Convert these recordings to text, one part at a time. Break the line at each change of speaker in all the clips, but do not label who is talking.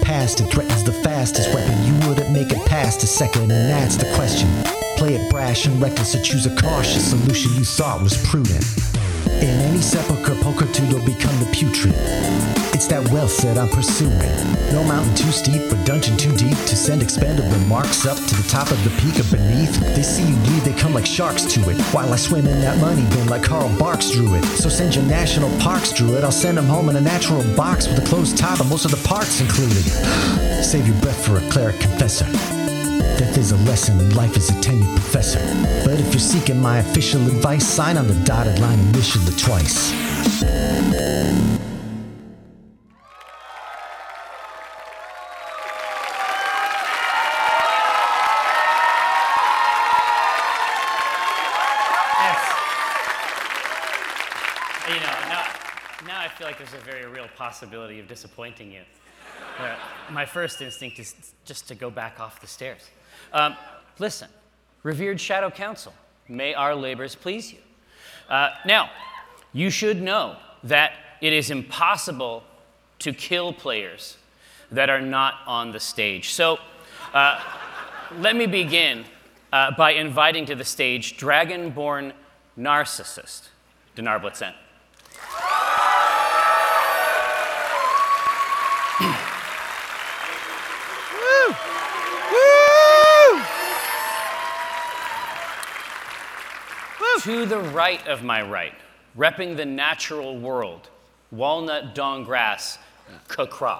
blasted, threatens the fastest weapon. You wouldn't make it past a second, and that's the question. Play it brash and reckless, or choose a cautious solution you thought was prudent. In any sepulcher, pulchritude will become the putrid. It's that wealth that I'm pursuing. No mountain too steep or dungeon too deep to send expanded remarks up to the top of the peak or beneath. They see you bleed, they come like sharks to it. While I swim in that money bin like Carl Barks drew it. So send your national parks drew it. I'll send them home in a natural box with a closed top and most of the parts included. Save your breath for a cleric confessor. Death is a lesson and life is a tenured professor. But if you're seeking my official advice, sign on the dotted line initially twice.
That's- you know, now, now I feel like there's a very real possibility of disappointing you. Where my first instinct is just to go back off the stairs. Um, listen, revered Shadow Council, may our labors please you. Uh, now, you should know that it is impossible to kill players that are not on the stage. So, uh, let me begin uh, by inviting to the stage Dragonborn Narcissist, Dinar Blitzen.
Woo! Woo!
To the right of my right, repping the natural world, walnut dong grass, and kakra.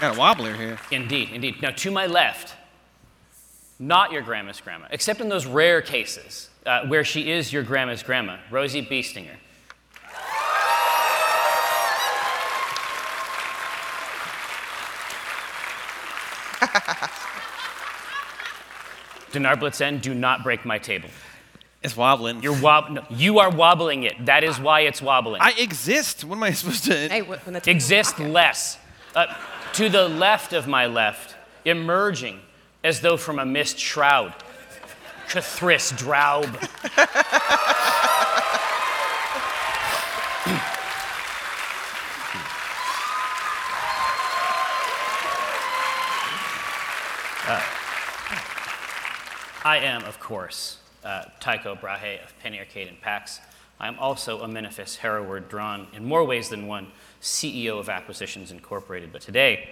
Got a wobbler here.
Indeed, indeed. Now, to my left, not your grandma's grandma, except in those rare cases uh, where she is your grandma's grandma, Rosie Beestinger. Dinar Blitzen, do not break my table.
It's wobbling.
You're wob- no, you are wobbling it. That is why it's wobbling.
I exist. What am I supposed to?
Hey, wh- when the
exist less. Uh, to the left of my left, emerging as though from a mist shroud, Kathris Draub. Uh, I am, of course, uh, Tycho Brahe of Penny Arcade and PAX. I am also a Menifis Hereward drawn in more ways than one, CEO of Acquisitions Incorporated. But today,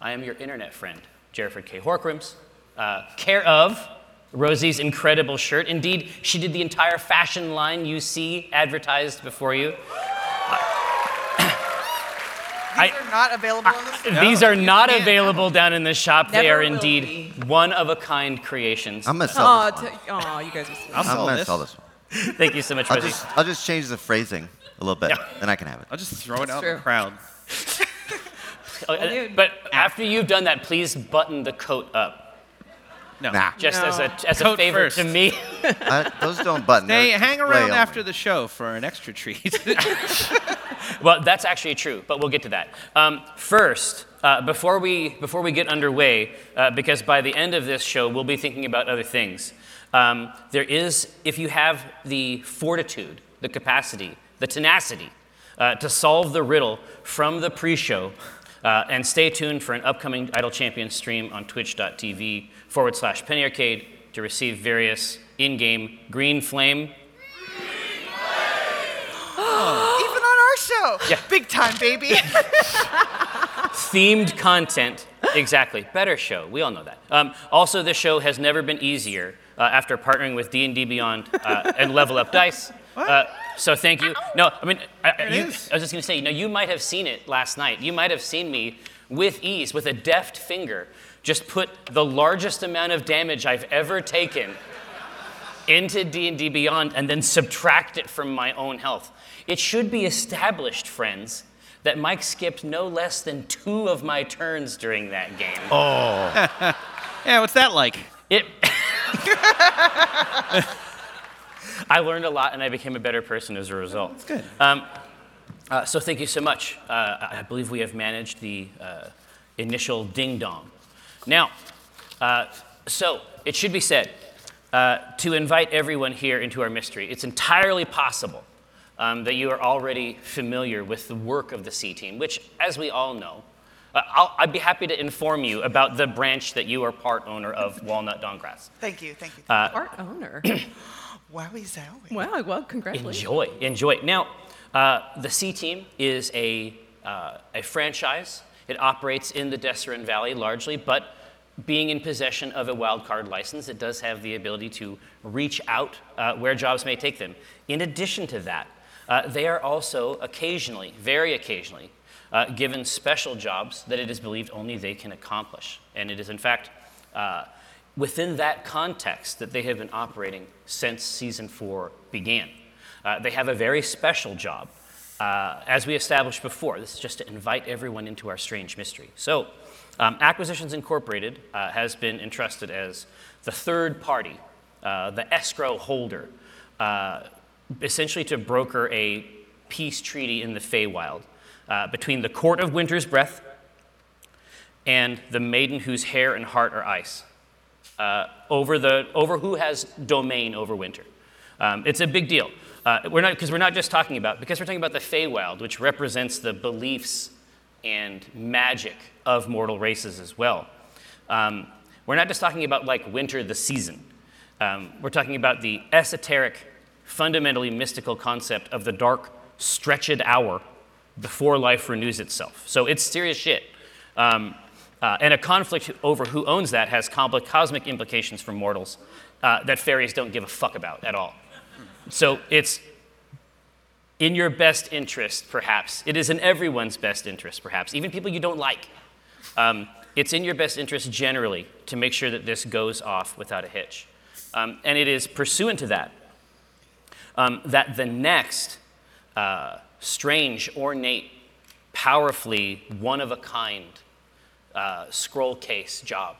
I am your internet friend, Jerford K. Horcrims, uh, care of Rosie's incredible shirt. Indeed, she did the entire fashion line you see advertised before you.
These are not available on the store.
These are not available down in the shop. they
Never
are
will
indeed one of a kind creations.
I'm gonna sell
Oh,
this. One.
t- aw, you guys are so
I'll
I'm
sell
gonna
this.
sell this one.
Thank you so much,
I'll
Rosie.
just I'll just change the phrasing a little bit, and I can have it.
I'll just throw it out in the
true.
crowd.
Oh, uh,
dude.
but after you've done that, please button the coat up,
No.
Nah,
just as
No.
a as a
Coat
favor
first.
to me.
I- those don't button.
Hey,
They're
hang
display
around
only.
after the show for an extra treat.
well, that's actually true, but we'll get to that. Um, first, uh, before we before we get underway, uh, because by the end of this show we'll be thinking about other things. Um, there is, if you have the fortitude, the capacity, the tenacity uh, to solve the riddle from the pre-show. Uh, and stay tuned for an upcoming Idol Champion stream on twitch.tv forward slash penny arcade to receive various in game green flame
Even on our show.
Yeah.
Big time, baby.
themed content. Exactly. Better show. We all know that. Um, also, this show has never been easier uh, after partnering with D&D Beyond uh, and Level Up Dice. Uh, so thank you. No, I mean, I, I- you, I was
is.
just going to say, you know, you might have seen it last night. You might have seen me with ease, with a deft finger, just put the largest amount of damage I've ever taken into D&D Beyond and then subtract it from my own health. It should be established, friends, that Mike skipped no less than two of my turns during that game. Oh.
yeah, what's that like?
It I learned a lot and I became a better person as a result. That's
good.
Um, uh, so thank you so much. Uh, I I believe we have managed the uh, initial ding dong. Now, uh, so it should be said uh, to invite everyone here into our mystery. It's entirely possible um, that you are already familiar with the work of the C team, which, as we all know, uh, I'll, I'd be happy to inform you about the branch that you are part owner of, Walnut Dongrass.
Thank you, thank you.
Uh,
Art owner.
Wowie zowie.
wow. Well, congratulations.
Enjoy, enjoy. Now, uh, the C Team is a, uh, a franchise. It operates in the Deseran Valley largely, but being in possession of a wild card license, it does have the ability to reach out uh, where jobs may take them. In addition to that, uh, they are also occasionally, very occasionally, uh, given special jobs that it is believed only they can accomplish. And it is, in fact, uh, within that context that they have been operating since season four began. Uh, they have a very special job. Uh, as we established before, this is just to invite everyone into our strange mystery. So, um, Acquisitions Incorporated uh, has been entrusted as the third party, uh, the escrow holder, uh, essentially to broker a peace treaty in the Feywild uh, between the Court of Winter's Breath and the maiden whose hair and heart are ice over the over who has domain over winter. Um, it's a big deal. Uh, we're not because we're not just talking about because we're talking about the Feywild, which represents the beliefs and magic of mortal races as well. Um, we're not just talking about like winter, the season. Um, we're talking about the esoteric, fundamentally mystical concept of the dark, stretched hour before life renews itself. So it's serious shit. Um, uh, and a conflict over who owns that has compli- cosmic implications for mortals uh, that fairies don't give a fuck about at all. So it's in your best interest, perhaps. It is in everyone's best interest, perhaps, even people you don't like. Um, it's in your best interest generally to make sure that this goes off without a hitch. Um, and it is pursuant to that um, that the next uh, strange, ornate, powerfully one of a kind uh, scroll case job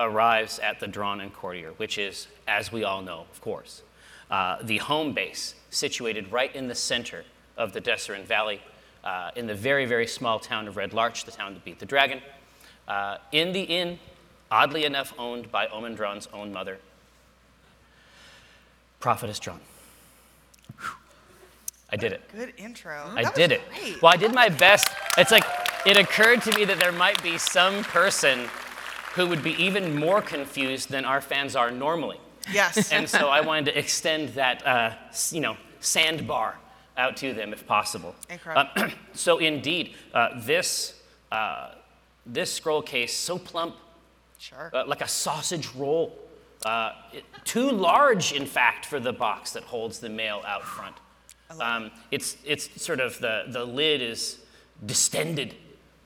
arrives at the Drawn and Courtier, which is, as we all know, of course, uh, the home base situated right in the center of the Deseran Valley, uh, in the very, very small town of Red Larch, the town that beat the dragon, uh, in the inn, oddly enough, owned by Omendron's own mother, Prophetess Drawn. Whew. I did it.
Good intro.
I
That
did
was
it.
great.
Well, I did my best. It's like it occurred to me that there might be some person who would be even more confused than our fans are normally,
Yes.
and so I wanted to extend that, uh, s- you know, sandbar out to them if possible.
Incredible.
Um, so indeed, uh, this uh, this scroll case so plump,
sure.
uh, like a sausage roll. Uh, it- too large, in fact, for the box that holds the mail out front. Um, it's, it's sort of the, the lid is distended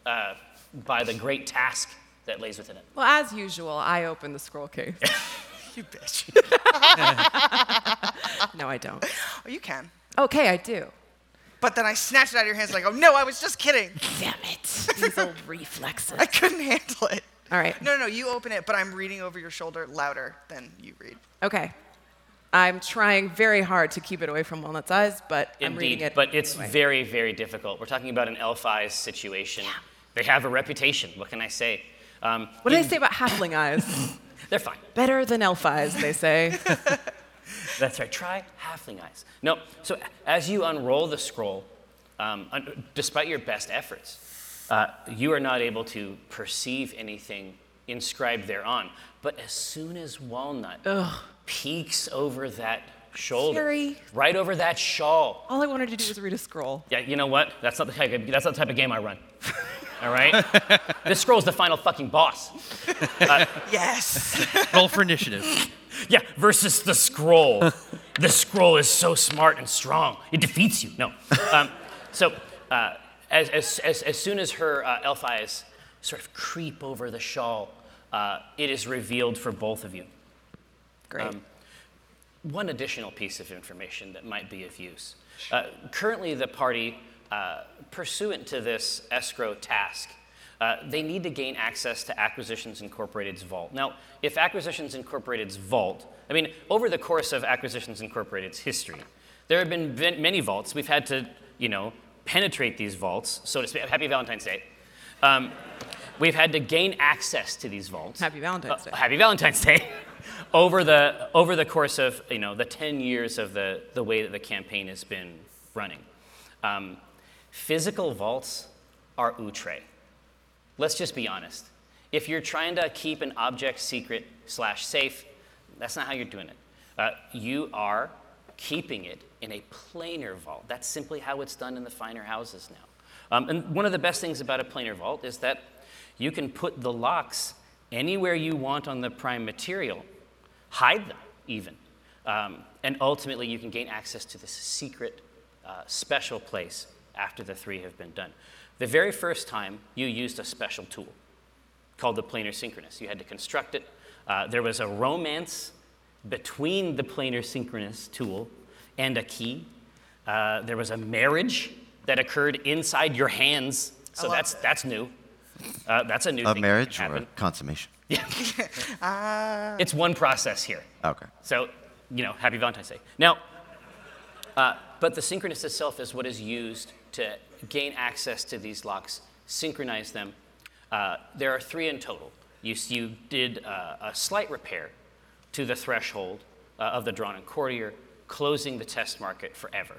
uh, by the great task that lays within it.
Well, as usual, I open the scroll case.
you bitch.
no, I don't.
Oh, you can.
Okay, I do.
But then I snatched it out of your hands like, oh no, I was just kidding.
Damn it. These old reflexes.
I couldn't handle it.
All right.
No, no, you open it, but I'm reading over your shoulder louder than you read.
Okay. I'm trying very hard to keep it away from Walnut's eyes, but I'm reading
Indeed,
it.
but it's
anyway.
very, very difficult. We're talking about an elf eyes situation. They have a reputation, what can I say? Um,
What did I
in-
say about halfling eyes?
They're fine.
Better than elf eyes, they say.
That's right. Try halfling eyes. No. So as you unroll the scroll, um, un- despite your best efforts, uh, you are not able to perceive anything inscribed thereon. But as soon as Walnut peeks over that shoulder,
Scary.
right over that shawl,
All I wanted to do was read a scroll.
yeah, you know what? That's not the type of, that's not the type of game I run. All right. this scroll's the final fucking boss.
Yes.
Roll for initiative.
Yeah, versus the scroll. the scroll is so smart and strong, it defeats you. No. Um, so, uh, as, as, as, as soon as her uh, elf eyes sort of creep over the shawl, uh, it is revealed for both of you.
Great.
One additional piece of information that might be of use. Uh, currently, the party, uh, pursuant to this escrow task, uh, they need to gain access to Acquisitions Incorporated's vault. Now, if Acquisitions Incorporated's vault, I mean, over the course of Acquisitions Incorporated's history, there have been ven- many vaults. We've had to, you know, penetrate these vaults, so to speak. Happy Valentine's Day. Um, we've had to gain access to these vaults.
Happy Valentine's
Uh,
Day.
happy Valentine's Day. over the over the course of you know the 10 years of the the way that the campaign has been running, um, physical vaults are outre. Let's just be honest. If you're trying to keep an object secret slash safe, that's not how you're doing it. Uh, you are keeping it in a planar vault. That's simply how it's done in the finer houses now. Um, and one of the best things about a planar vault is that you can put the locks anywhere you want on the prime material, hide them even, um, and ultimately you can gain access to this secret, uh, special place after the three have been done. The very first time you used a special tool called the planar synchronous, you had to construct it. Uh, there was a romance between the planar synchronous tool and a key. Uh, there was a marriage that occurred inside your hands, so
love
that's
it.
that's new. Uh, that's a new thing
A
that can
marriage or a
happen.
consummation?
It's one process here.
Okay.
So, you know, happy Valentine's Day. Now, uh, but the synchronous itself is what is used to gain access to these locks, synchronize them. Uh, there are three in total. You, s- you did uh, a slight repair to the threshold uh, of the drawn and courtier, closing the test market forever.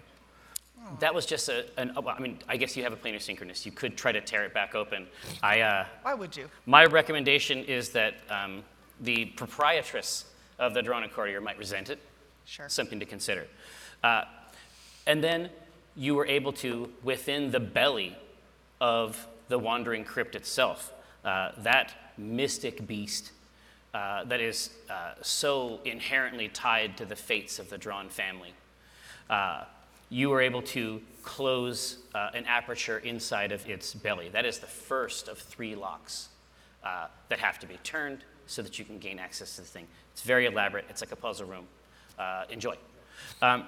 That was just a, an, oh, well, I mean, I guess you have a planar synchronous. You could try to tear it back open. I, uh,
Why would you?
my recommendation is that um, the proprietress of the drone and courier might resent it.
Sure.
Something to consider. Uh, and then you were able to, within the belly of the wandering crypt itself, uh, that mystic beast uh, that is uh, so inherently tied to the fates of the Drawn family, uh, you were able to close uh, an aperture inside of its belly. That is the first of three locks uh, that have to be turned so that you can gain access to the thing. It's very elaborate, it's like a puzzle room. Uh, enjoy. Um,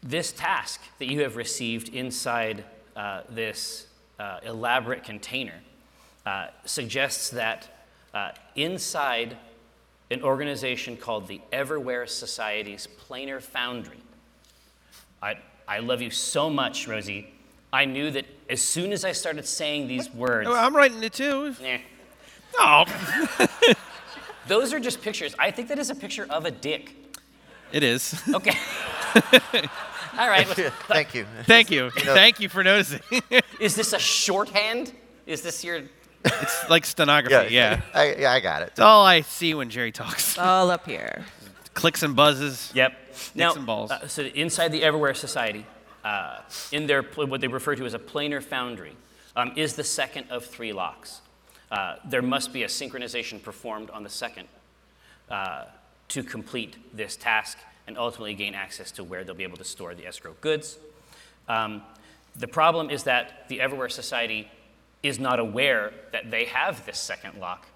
this task that you have received inside uh, this uh, elaborate container uh, suggests that uh, inside an organization called the Everware Society's Planar Foundry, I, I love you so much, Rosie. I knew that as soon as I started saying these words,
Oh, I'm writing it too.
eh,
Oh,
those are just pictures. I think that is a picture of a dick.
it is.
Okay. All right. let's-
Thank you.
Thank you. Thank you for noticing.
Is this a shorthand? Is this your?
it's like stenography. Yeah.
I, yeah, I got it.
It's all I see when Jerry talks.
All up here.
Clicks and buzzes.
Yep. Now,
and balls.
uh, so inside the Everywhere Society, uh, in their pl- what they refer to as a planar foundry, um, is the second of three locks. Uh, there must be a synchronization performed on the second uh, to complete this task and ultimately gain access to where they'll be able to store the escrow goods. Um, the problem is that the Everywhere Society is not aware that they have this second lock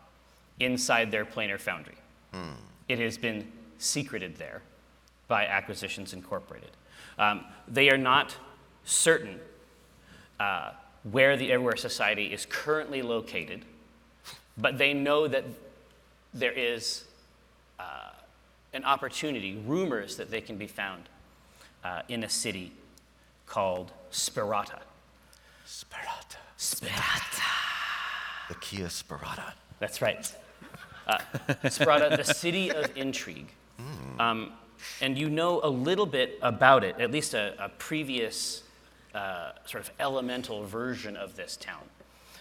inside their planar foundry. It has been secreted there by Acquisitions Incorporated. Um, they are not certain uh, where the Everywhere Society is currently located, but they know that there is uh, an opportunity, rumors that they can be found uh, in a city called Sperata.
Sperata.
Sperata.
The Kia Sperata.
That's right. Uh, Sparta, the city of intrigue. Um, and you know a little bit about it, at least a, a previous uh, sort of elemental version of this town.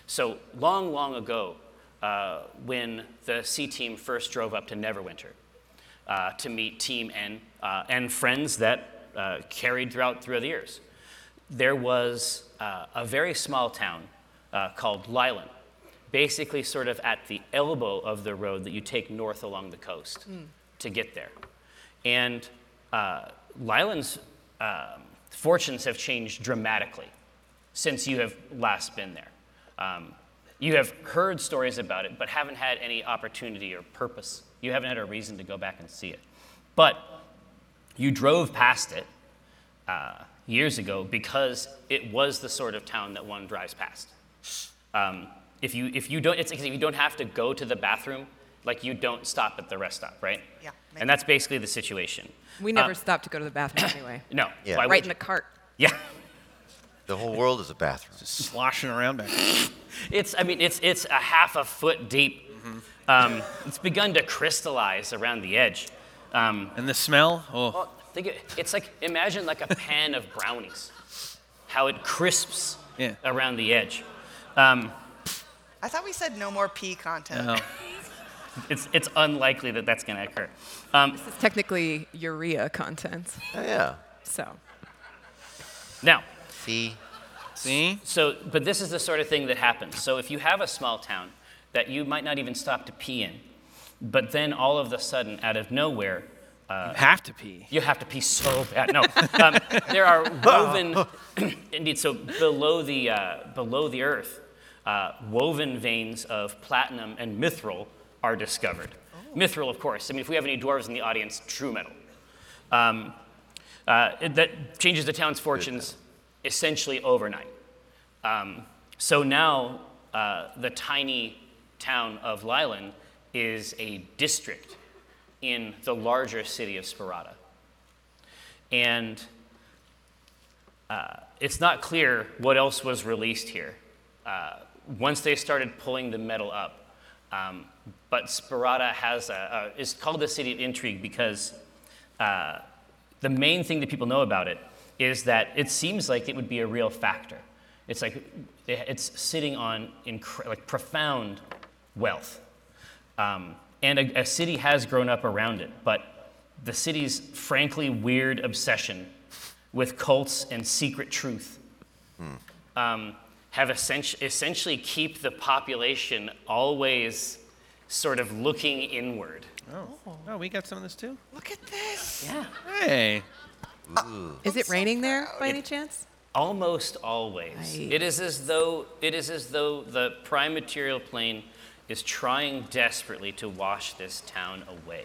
So, long, long ago, uh, when the C team first drove up to Neverwinter uh, to meet Team N uh, and friends that uh, carried throughout, throughout the years, there was uh, a very small town uh, called Lylan, basically sort of at the elbow of the road that you take north along the coast to get there. And uh, Lylan's um, fortunes have changed dramatically since you have last been there. Um, you have heard stories about it, but haven't had any opportunity or purpose. You haven't had a reason to go back and see it. But you drove past it uh, years ago because it was the sort of town that one drives past. Um, if you if you don't, it's like if you don't have to go to the bathroom, like you don't stop at the rest stop, right?
Yeah,
And that's basically the situation.
We never stop to go to the bathroom anyway.
No.
Yeah.
why
I
would
right in
you?
the cart.
Yeah.
The whole world is a bathroom.
sloshing around back. there.
It's, I mean, it's, it's a half a foot deep.
Mm-hmm.
Um, it's begun to crystallize around the edge. Um,
And the smell? Oh,
Well, think it, it's like imagine like a pan of brownies, how it crisps
Yeah.
around the edge. Um,
I thought we said no more pee content.
no.
it's it's unlikely that that's going to occur. Um,
It's technically urea content.
Oh, yeah.
So
now,
See?
See?
so but this is the sort of thing that happens. So if you have a small town that you might not even stop to pee in, but then all of a sudden, out of nowhere,
uh,
You have to pee.
You have to pee so bad. No, um, there are woven, indeed. So below the uh, below the earth, uh, woven veins of platinum and mithril are discovered. Mithril, of course. I mean, if we have any dwarves in the audience, true metal. Um, uh, it- that changes the town's fortunes essentially overnight. Um, so now uh, the tiny town of Lyland is a district in the larger city of Sparta. And uh, it's not clear what else was released here uh, once they started pulling the metal up. Um, but Sparta has a, a, is called the city of intrigue because uh, the main thing that people know about it is that it seems like it would be a real factor. It's like it's sitting on incre- like profound wealth. Um, and a, a city has grown up around it, but the city's frankly weird obsession with cults and secret truth
Hmm.
um, have essentially, essentially keep the population always sort of looking inward.
Oh, we got some of this too?
Look at this.
Yeah.
Hey.
is it raining there by any chance?
Almost always. It is as though it is as though the prime material plane is trying desperately to wash this town away.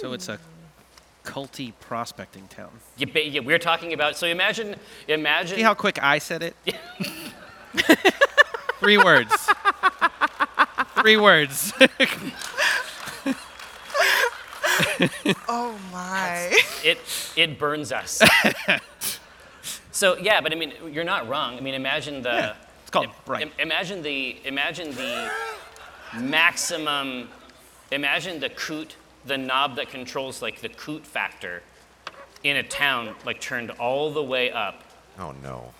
So it's a culty prospecting town.
You ba- yeah, we're talking about. So imagine, imagine.
See how quick I said it? Three words. Three words.
Oh my.
it it burns us. so yeah, but I mean, you're not wrong. I mean, imagine the.
Yeah, Oh, it's called bright.
imagine the imagine the maximum. Imagine the coot, the knob that controls like the coot factor, in a town like turned all the way up,
Oh, no.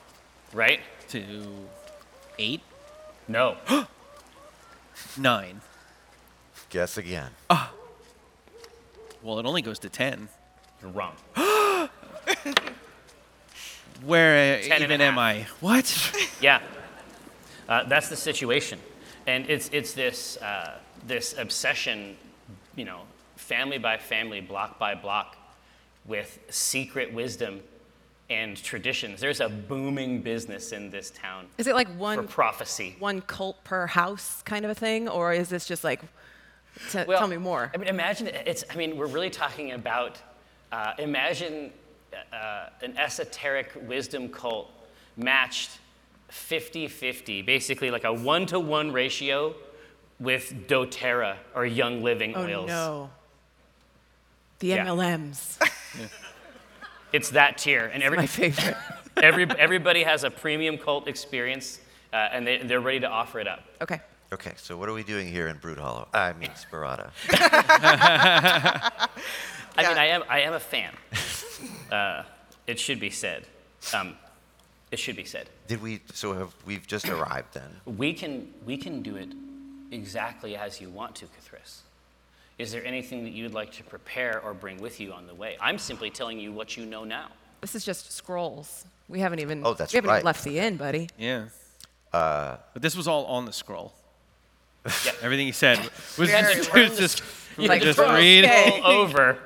right?
Two, eight,
No,
nine.
Guess again.
Well, it only goes to ten.
you're wrong.
Where uh,
10 and a
even am I? What?
Yeah, uh, that's the situation, and it's it's this uh, this obsession, you know, family by family, block by block, with secret wisdom and traditions. There's a booming business in this town
Is it like
for
one
prophecy.
one cult per house kind of a thing, or is this just like? T-
Well,
tell me more.
I mean, imagine it's. I mean, we're really talking about. Uh, imagine uh, an esoteric wisdom cult matched 50-50, basically like a one-to-one ratio with DoTerra or Young Living
oh
oils.
no. The
Yeah.
MLMs,
It's that tier, and every,
my favorite.
every, everybody has a premium cult experience, uh, and they, they're ready to offer it up.
Okay.
Okay, so what are we doing here in Brood Hollow? I mean, Sparata.
I mean,
Yeah.
I am, I am a fan. uh, it should be said. Um, it should be said.
Did we? So have we've just arrived then?
We can, we can do it exactly as you want to, Cathris. Is there anything that you'd like to prepare or bring with you on the way? I'm simply telling you what you know now.
This is just scrolls. We haven't even.
Oh, that's
we haven't
right.
even left the inn, buddy.
Yeah. but this was all on the scroll.
Yeah.
Everything he said was
Very
just,
well.
was just,
You
Like,
can
just
scroll
read.
okay.
over.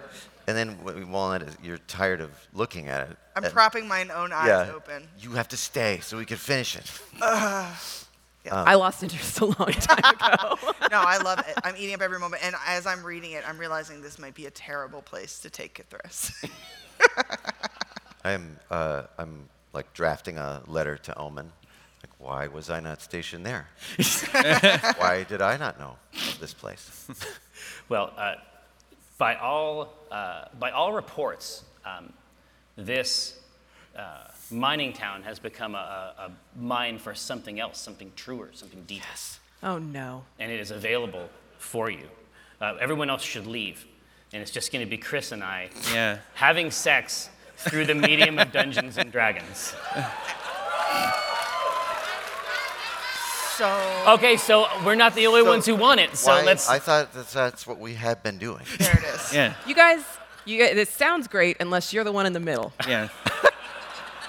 And then w- Walnut, is- you're tired of looking at it.
I'm
and-
propping my own eyes
Yeah.
open.
You have to stay so we can finish it.
I lost interest a long time ago.
No, I love it. I'm eating up every moment. And as I'm reading it, I'm realizing this might be a terrible place to take Cthulhu.
I'm uh, I'm like drafting a letter to Omen. Like, why was I not stationed there? why did I not know of this place?
Well, uh, by all uh, by all reports, um, this uh, mining town has become a, a, a mine for something else, something truer, something deeper.
Oh no.
And it is available for you. Uh, everyone else should leave. And it's just going to be Chris and I
Yeah.
having sex through the medium of Dungeons and Dragons.
So
Okay, so we're not the only ones who want it. So
Why-
let's.
I thought that that's what we had been doing.
there it is.
Yeah.
You guys, you guys, it sounds great unless you're the one in the middle.
Yeah.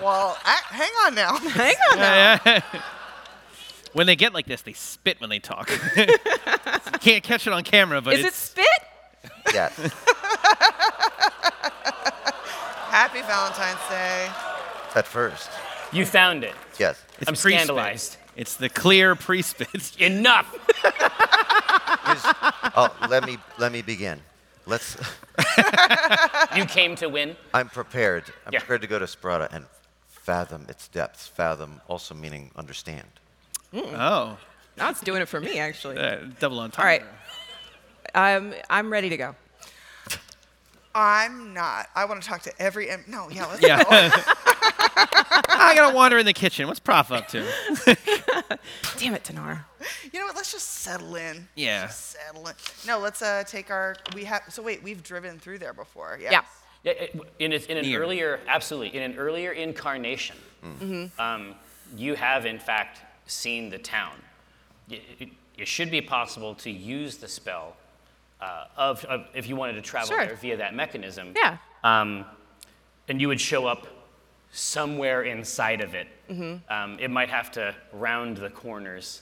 Well, I, hang on now.
Hang on.
When they get like this, they spit when they talk. You Can't catch it on camera, but
Is it
it's,
spit?
Yeah.
Happy Valentine's Day.
At first.
You found it.
Yes.
it's
I'm
pre-spit.
scandalized.
It's the clear pre-spit.
Enough!
Here's- oh, let me let me begin. Let's.
You came to win.
I'm prepared. I'm
Yeah.
prepared to go to Sprata and fathom its depths. Fathom also meaning understand.
oh,
Now it's doing it for me, actually.
uh, double entendre.
All right. I'm, I'm ready to go.
I'm not. I want to talk to every. em- No, yeah, let's
Yeah.
go.
Ah, I gotta wander in the kitchen. What's Prof up to?
Damn it, Tanar.
You know what? Let's just settle in.
Yeah.
Just settle in. No, let's uh, take our. We have. So wait, we've driven through there before. Yes.
Yeah.
Yeah, it- In, a- in an
Near.
earlier, absolutely, in an earlier incarnation, um, you have in fact seen the town. It, it, it should be possible to use the spell uh, of, of if you wanted to travel
Sure.
there via that mechanism.
Yeah.
Um, and you would show up somewhere inside of it. Um, it might have to round the corners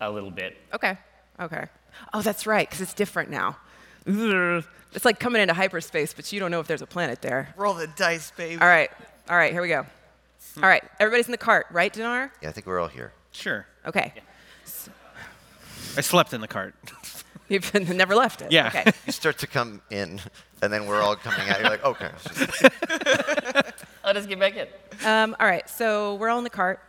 a little bit.
Okay. Okay. Oh, that's right, because it's different now. Ugh. It's like coming into hyperspace, but you don't know if there's a planet there.
Roll the dice, baby.
All right. All right, here we go. All right, everybody's in the cart, right, Dinar?
Yeah, I think we're all here.
Sure.
Okay.
I slept in the cart.
You've never left it.
Yeah.
Okay.
You start to come in, and then we're all coming out. You're like, okay. it's just-
Let us get back in.
Um, all right, so we're all in the cart.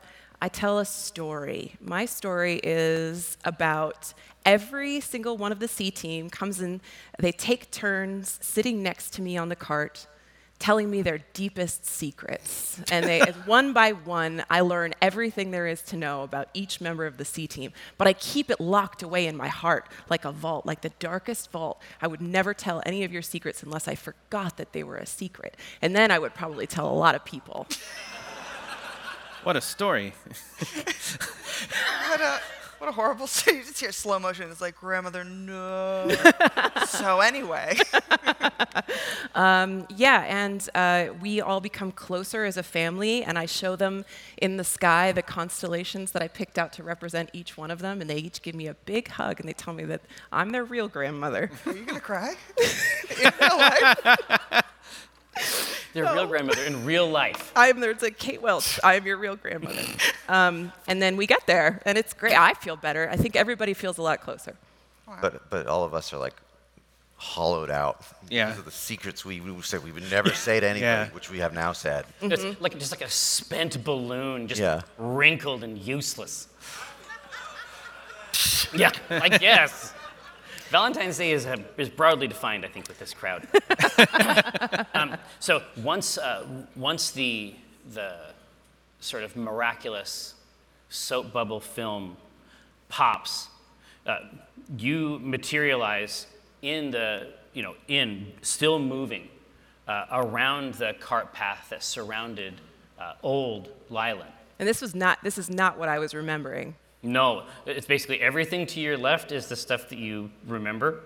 I tell a story. My story is about every single one of the C team comes in, they take turns sitting next to me on the cart, telling me their deepest secrets. And they, one by one, I learn everything there is to know about each member of the C team. But I keep it locked away in my heart like a vault, like the darkest vault. I would never tell any of your secrets unless I forgot that they were a secret. And then I would probably tell a lot of people.
What a story.
What a what a horrible. So you just hear slow motion. It's like grandmother. No. so anyway,
Yeah, and uh, we all become closer as a family, and I show them in the sky the constellations that I picked out to represent each one of them, and they each give me a big hug, and they tell me that I'm their real grandmother.
are you gonna cry? In real life.
Their real grandmother in real life.
I'm their, it's like Kate Welch, I am your real grandmother. Um, and then we get there, and it's great. I feel better. I think everybody feels a lot closer.
But but all of us are like hollowed out.
Yeah.
These are the secrets we, we said we would never say to anybody,
Yeah.
which we have now said.
It's like just like a spent balloon, just
Yeah.
wrinkled and useless. yeah, I guess. Valentine's Day is, uh, is broadly defined, I think, with this crowd. um, so once, uh, once the, the sort of miraculous soap bubble film pops, uh, you materialize in the, you know, in, still moving uh, around the cart path that surrounded uh, old Lylan.
And this was not, this is not what I was remembering.
No, it's basically everything to your left is the stuff that you remember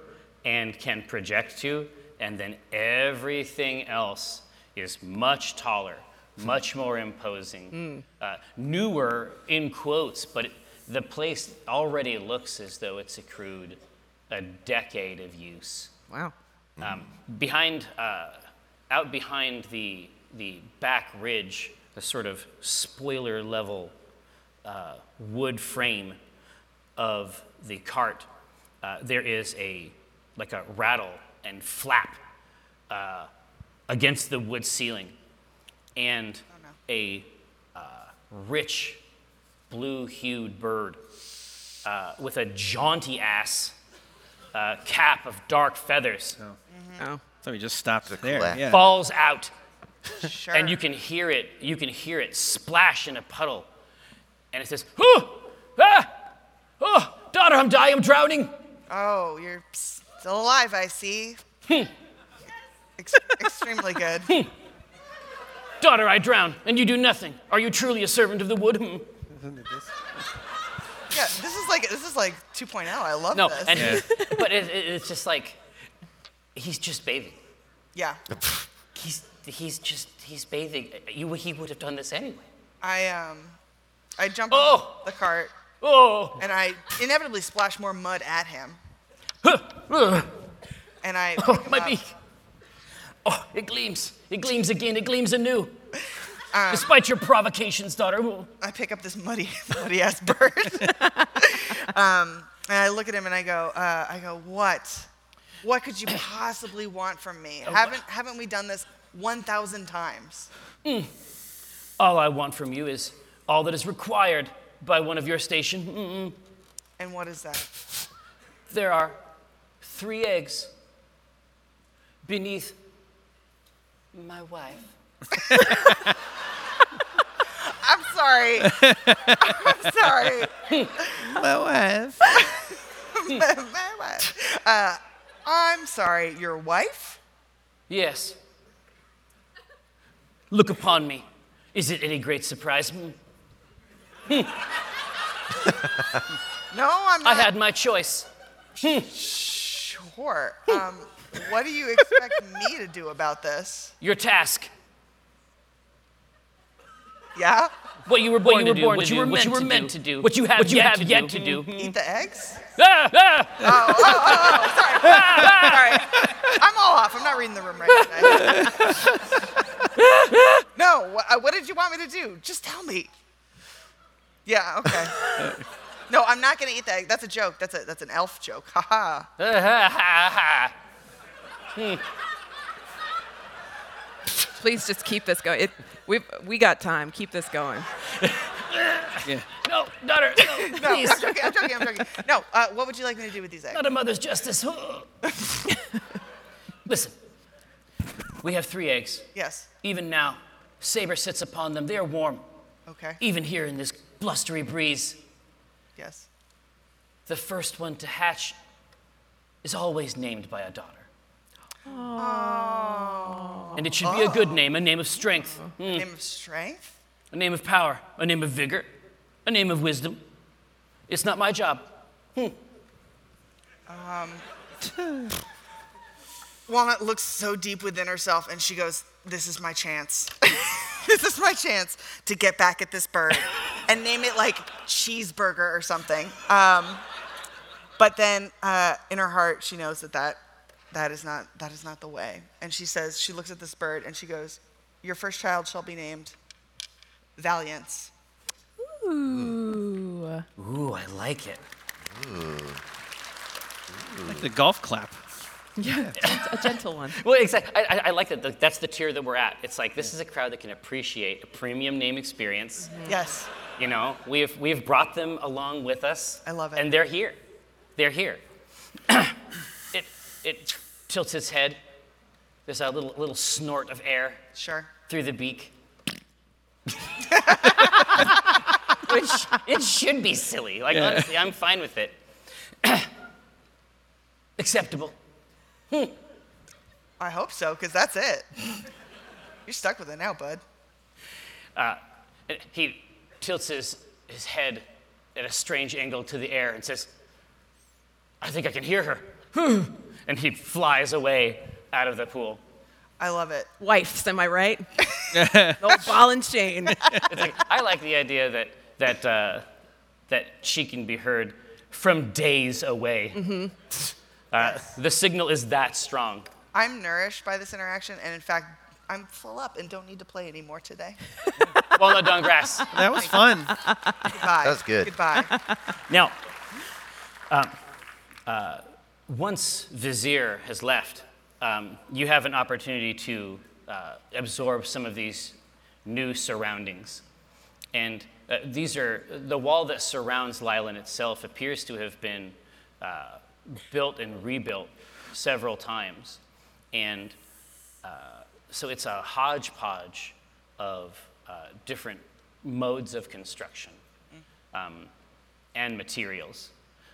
and can project to, and then everything else is much taller, much more imposing, uh, newer in quotes, but it, the place already looks as though it's accrued a decade of use
Wow.
um, behind, uh, out behind the the back ridge, the sort of spoiler level uh, wood frame of the cart, uh, there is a like a rattle and flap uh, against the wood ceiling, and a uh, rich blue-hued bird uh, with a jaunty ass uh, cap of dark feathers
Oh.
So we just stopped there.
collapse.
Yeah.
falls out
Sure.
and you can hear it you can hear it splash in a puddle and it says oh, ah, oh daughter i'm dying i'm drowning
Oh, you're still alive, I see. Ex- extremely good.
daughter i drown and you do nothing are you truly a servant of the wood Hmm."
Yeah, this is like this is like 2.0. I love
no
this.
and but it, it, it's just like he's just bathing
yeah,
he's he's just he's bathing you he would have done this anyway
I um, I jump
Oh.
on the cart
oh
and I inevitably splash more mud at him. and I uh, pick him
my
up.
beak oh it gleams it gleams again it gleams anew despite your provocations daughter Oh.
I pick up this muddy, muddy ass bird. um, and I look at him and I go, uh, I go, what? What could you possibly want from me?
Oh,
haven't haven't we done this 1,000 times?
All I want from you is all that is required by one of your station. Mm,
And what is that?
There are three eggs beneath my wife.
I'm sorry. I'm sorry. My wife. my wife. Uh, I'm sorry. Your wife?
Yes. Look upon me. Is it any great surprise? Mm,
No, I'm
I
not
had my choice.
sure. Um, what do you expect me to do about this?
Your task.
Yeah?
What you were born,
to do,
born
what
to
you
do,
were
what
meant
you were
to
meant
do,
to do,
what you have
what you
yet
have
to
yet to
do.
do.
Eat the eggs?
Ah, ah,
Sorry. I'm all off. I'm not reading the room right now. no, wh- uh, what did you want me to do? Just tell me. Yeah, okay. No, I'm not going to eat that. That's a joke. That's a that's an elf joke. Haha.
ah, ah, ah.
Please just keep this going. It, we've, we got time. Keep this going.
No, daughter, no,
No,
please.
I'm joking. I'm joking. I'm joking. No, uh, what would you like me to do with these eggs?
Not a mother's justice. Listen, we have three eggs.
Yes.
Even now, Saber sits upon them. They are warm,
Okay.
even here in this blustery breeze.
Yes.
The first one to hatch is always named by a daughter. And it should be a good name, a name of strength,
Name of strength.
a name of power, a name of vigor, a name of wisdom. It's not my job.
Walnut looks so deep within herself, and she goes, "This is my chance. this is my chance to get back at this bird, and name it like cheeseburger or something." Um, but then, uh, in her heart, she knows that that that is not that is not the way. And she says, she looks at this bird, and she goes, "Your first child shall be named Valiance."
Ooh.
Ooh, I like it.
The golf clap.
A gentle one.
Well, exactly. I, I, I like that. That's the tier that we're at. It's like this is a crowd that can appreciate a premium name experience.
Yes.
You know, we've we've brought them along with us.
I love it.
And they're here. They're here. it it tilts its head. There's a little little snort of air
Sure.
through the beak. Which it should be silly. Like honestly, I'm fine with it. Acceptable.
I hope so, because that's it. You're stuck with it now, bud.
And he tilts his, his head at a strange angle to the air and says, I think I can hear her. and he flies away out of the pool.
I love it.
Wives, am I right? no ball and chain.
It's like, I like the idea that, that, uh, that she can be heard from days away. Uh, the signal is that strong.
I'm nourished by this interaction, and in fact, I'm full up and don't need to play anymore today.
Walnut on grass.
That was fun.
Goodbye.
That was good.
Goodbye.
Now, um, uh, once Vizier has left, um, you have an opportunity to uh, absorb some of these new surroundings. And uh, these are the wall that surrounds Lylan itself appears to have been uh, built and rebuilt several times. And uh, so it's a hodgepodge of uh, different modes of construction um, and materials.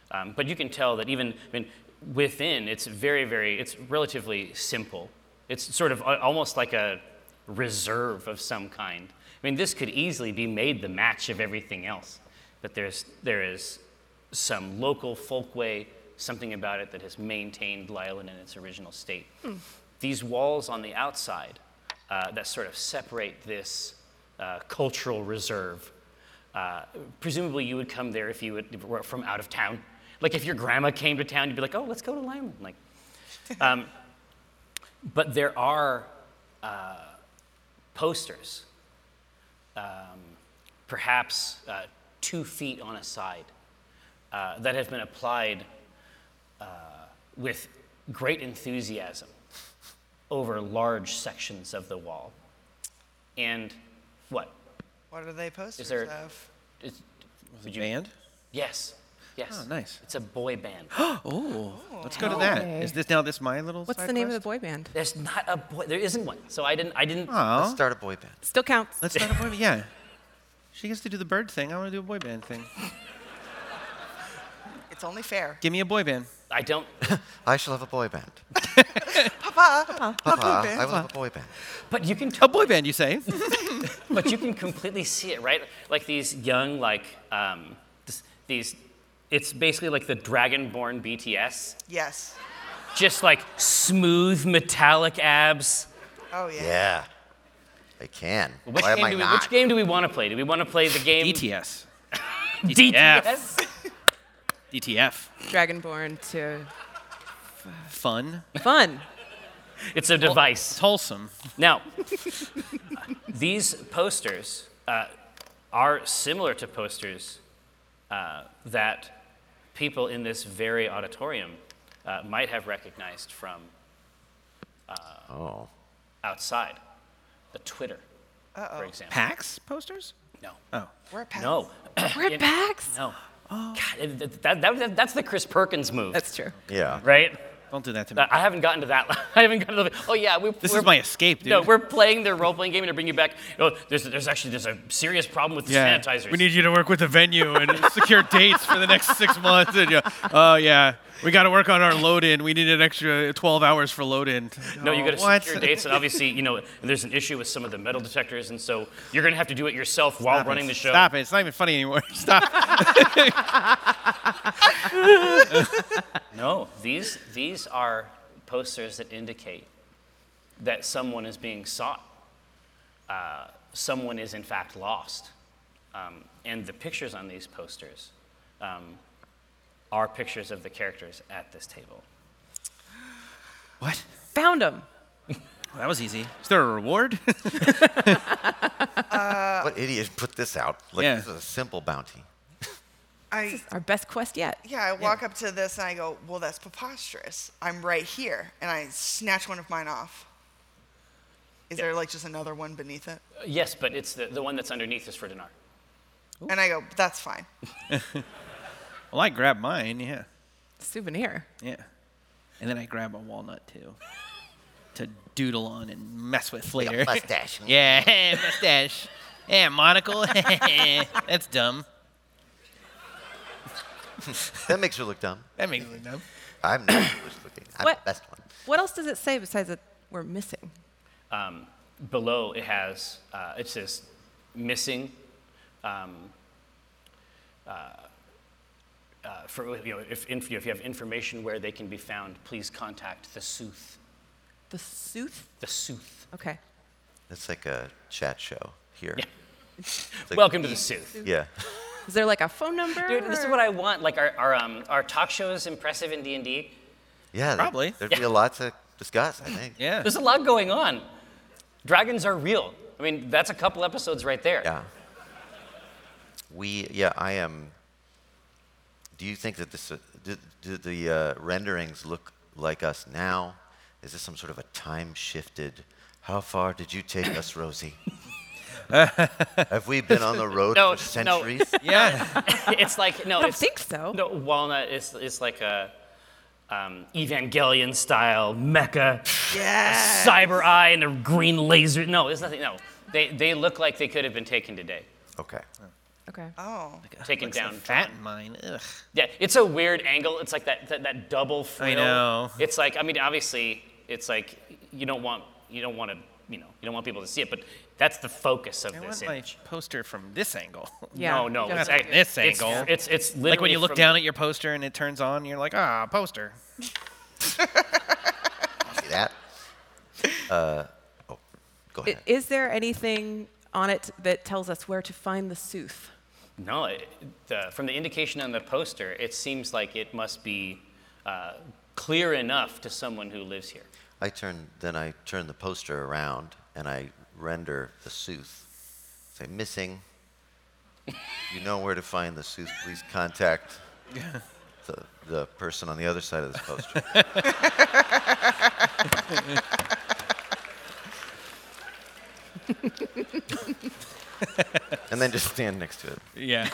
Um, but you can tell that even I mean, within, it's very, very, it's relatively simple. It's sort of a- almost like a reserve of some kind. I mean, this could easily be made the match of everything else, but there's, there is some local folkway, something about it that has maintained Lyland in its original state. These walls on the outside uh, that sort of separate this uh, cultural reserve. Uh, presumably, you would come there if you would, were from out of town. Like if your grandma came to town, you'd be like, "Oh, let's go to Lyman." Like, um, but there are uh, posters, um, perhaps uh, two feet on a side, uh, that have been applied uh, with great enthusiasm over large sections of the wall. And what?
What are they posters
Is there.
of?
is-
The band?
yes. Yes.
Oh, nice.
It's a boy band.
Oh, let's go to that. Is this now this my little?
What's
side
the name
quest?
of the boy band?
There's not a boy. There isn't one. So I didn't. I didn't.
Let's
Aw,
start a boy band.
Still counts.
let's start a boy band. Yeah, she gets to do the bird thing. I want to do a boy band thing.
It's only fair.
Give me a boy band.
I don't.
I shall have a boy band.
Papa,
Papa, I will have a boy band.
But you can. T-
A boy band, you say?
but you can completely see it, right? Like these young, like um, this, these. It's basically like the Dragonborn BTS,
Yes.
just like smooth metallic abs.
Oh yeah.
Yeah. They can.
Which
Why
game
am I
do we,
not?
Which game do we want to play? Do we want to play the
E
game
DTS.
DTS?
E DTF.
Dragonborn to
Fun.
fun.
It's a device.
It's wholesome.
Now, these posters uh, are similar to posters uh, that people in this very auditorium uh, might have recognized from
Oh.
outside. The Twitter, for example.
PAX posters?
No.
Oh.
We're at
No.
We're at Bax.
No. God, that, that, that, that's the Chris Perkins move,
That's true.
Yeah.
right? Uh,
Don't do that to me.
I haven't gotten to that. I haven't gotten to the. Oh yeah, we.
This
we're-
is my escape, dude.
No, we're playing their role-playing game to bring you back. Oh, there's, there's actually there's a serious problem with the
yeah.
sanitizers.
We need you to work with the venue and secure dates for the next six months. And you oh yeah, we got to work on our load in. We need an extra 12 hours for load in.
No, you got to
Oh, What?
secure dates, and obviously, you know, there's an issue with some of the metal detectors, and so you're gonna have to do it yourself while
Stop it.
running the show.
Stop it. It's not even funny anymore. Stop.
No, these these are posters that indicate that someone is being sought. Uh, someone is in fact lost, um, and the pictures on these posters um, are pictures of the characters at this table.
what?
Found him.
Well, that was easy. Is there a reward?
What idiot put this out? Like,
Yeah.
this is a simple bounty.
I
Our best quest yet.
yeah. I walk up to this and I go, well, that's preposterous. I'm right here, and I snatch one of mine off. Is there like just another one beneath it?
Uh, yes, but it's the, the one that's underneath is for Dinar.
And I go, that's fine.
well, I grabbed mine. Yeah.
Souvenir.
Yeah. And then I grab a walnut too. To doodle on and mess with later.
Mustache.
yeah, mustache. Yeah, monocle. That's dumb.
That makes her look dumb.
That makes me dumb.
I'm not foolish looking. I'm
What?
the best one.
What else does it say besides that we're missing?
Um, below it has uh, it says missing. Um, uh, uh, for, you know, if, inf- if you have information where they can be found, please contact the Sooth.
The sooth?
The Sooth.
Okay.
It's like a chat show here.
Yeah.
It's like-
Welcome to the Sooth.
Yeah.
Is there like a phone number?
Dude, this is
or-
what I want. Like our, our, um, our talk show is impressive in D&D.
Yeah. there-
Probably.
There'd be a lot to discuss, I think.
Yeah.
There's a lot going on. Dragons are real. I mean, that's a couple episodes right there.
Yeah. We, yeah, I am. Do you think that this, uh, do, do the uh, renderings look like us now? Is this some sort of a time shifted? How far did you take us, Rosie? Have we been on the road
No,
for
no.
centuries?
yeah.
It's like, no,
I don't
it's,
think so.
No, walnut is, is like a um, Evangelion style mecha
Ah.
Yes.
cyber eye and a green laser. No, there's nothing. No, they they look like they could have been taken today,
Okay.
Okay.
Oh.
taken down.
Fat in mine. Ugh.
Yeah, it's a weird angle. It's like that that, that double frill.
know.
It's like I mean, obviously, it's like you don't want you don't want to you know you don't want people to see it, but that's the focus of
I
this
want my
image.
poster from this angle.
Yeah.
no, no,
you
it's,
gotta-
Not this
it's-
angle.
It's it's, literally
like when you look
from-
down at your poster and it turns on, you're like, ah, poster.
See that? Uh, oh, go
I-
ahead.
Is there anything on it that tells us where to find the sooth?
No, it, the, from the indication on the poster, it seems like it must be uh, clear enough to someone who lives here.
I turn, then I turn the poster around and I render the sooth. Say, missing. you know where to find the sooth. Please contact the, the person on the other side of this poster. and then just stand next to it.
Yeah.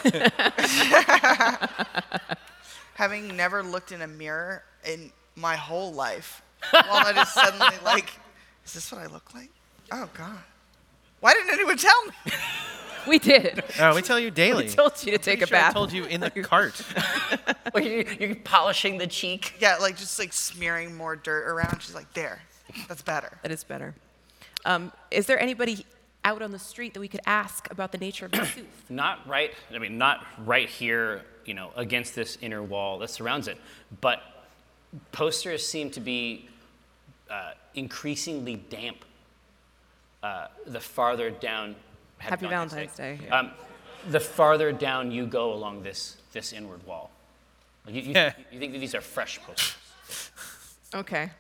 Having never looked in a mirror in my whole life, Walnut is suddenly like, is this what I look like? Oh, God. Why didn't anyone tell me?
We did.
oh, we tell you daily.
we told you to take
Pretty
a
sure
bath.
I told you in the cart.
Well, you, you're polishing the cheek.
Yeah, like just like smearing more dirt around. She's like, there. That's better.
That is better. Um, is there anybody out on the street that we could ask about the nature of the sooth?
Not right, I mean, not right here, you know, against this inner wall that surrounds it, but posters seem to be uh, increasingly damp uh, the farther down.
Happy Valentine's Day.
Um, the farther down you go along this, this inward wall. Like, you, you,
Yeah.
you think that these are fresh posters?
Okay.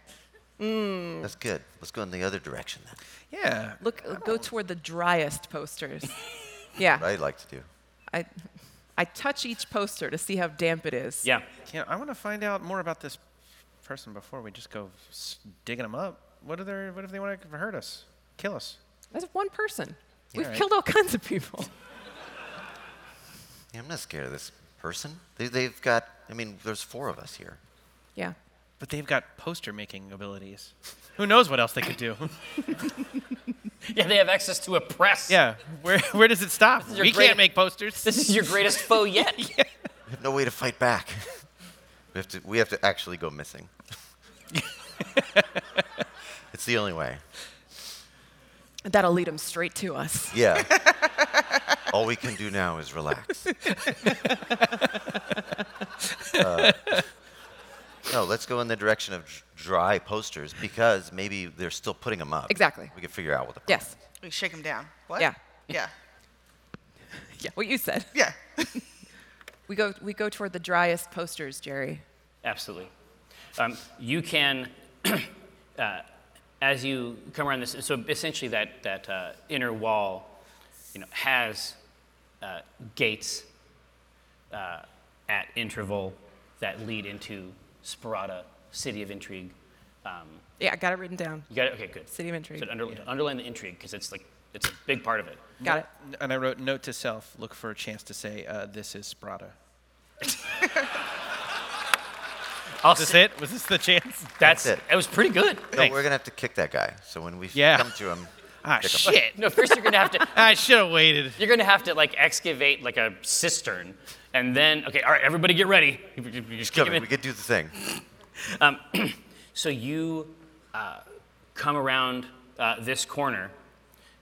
That's good. Let's go in the other direction then.
Yeah.
Look, uh, go toward the driest posters. yeah.
What I like to do.
I, I touch each poster to see how damp it is.
Yeah.
Yeah, I want to find out more about this person before we just go s- digging them up. What are they? What if they want to hurt us? Kill us?
That's one person. We've
Alright.
killed all kinds of people.
Yeah, I'm not scared of this person. They, they've got, I mean, there's four of us here.
Yeah.
But they've got poster making abilities. Who knows what else they could do?
Yeah, they have access to a press.
yeah. Where where does it stop?
your
We
great-
can't make posters.
This is your greatest foe yet.
have no way to fight back. we have to we have to actually go missing. it's the only way.
That'll lead them straight to us.
Yeah. All we can do now is relax. Uh, no, let's go in the direction of dr- dry posters because maybe they're still putting them up.
Exactly.
We can figure out what the problem
Yes.
We shake him down. What?
Yeah.
Yeah.
Yeah. What you said.
Yeah.
We go, we go toward the driest posters, Jerry.
Absolutely. Um, you can, uh, as you come around this, so essentially that, that uh, inner wall you know, has uh, gates uh, at interval that lead into Sparata, City of Intrigue. Um,
Yeah, I got it written down.
you got it? Okay, good.
City of Intrigue.
So under, underline the intrigue because it's like, it's a big part of it.
Got it.
And I wrote note to self: look for a chance to say uh, this is Sprada.
I'll
Is
say
this it? Was this the chance?
that's,
That's it.
It was pretty good.
is.
Thanks.
No, we're gonna have to kick that guy. So when we
Yeah.
come to him,
Ah,
Pick 'em.
shit.
No, first you're gonna have to
I should have waited.
You're gonna have to like excavate like a cistern, and then okay, all right, everybody get ready. You- you- you just kick
come,
him in.
we could do the thing.
So you uh, come around uh, this corner,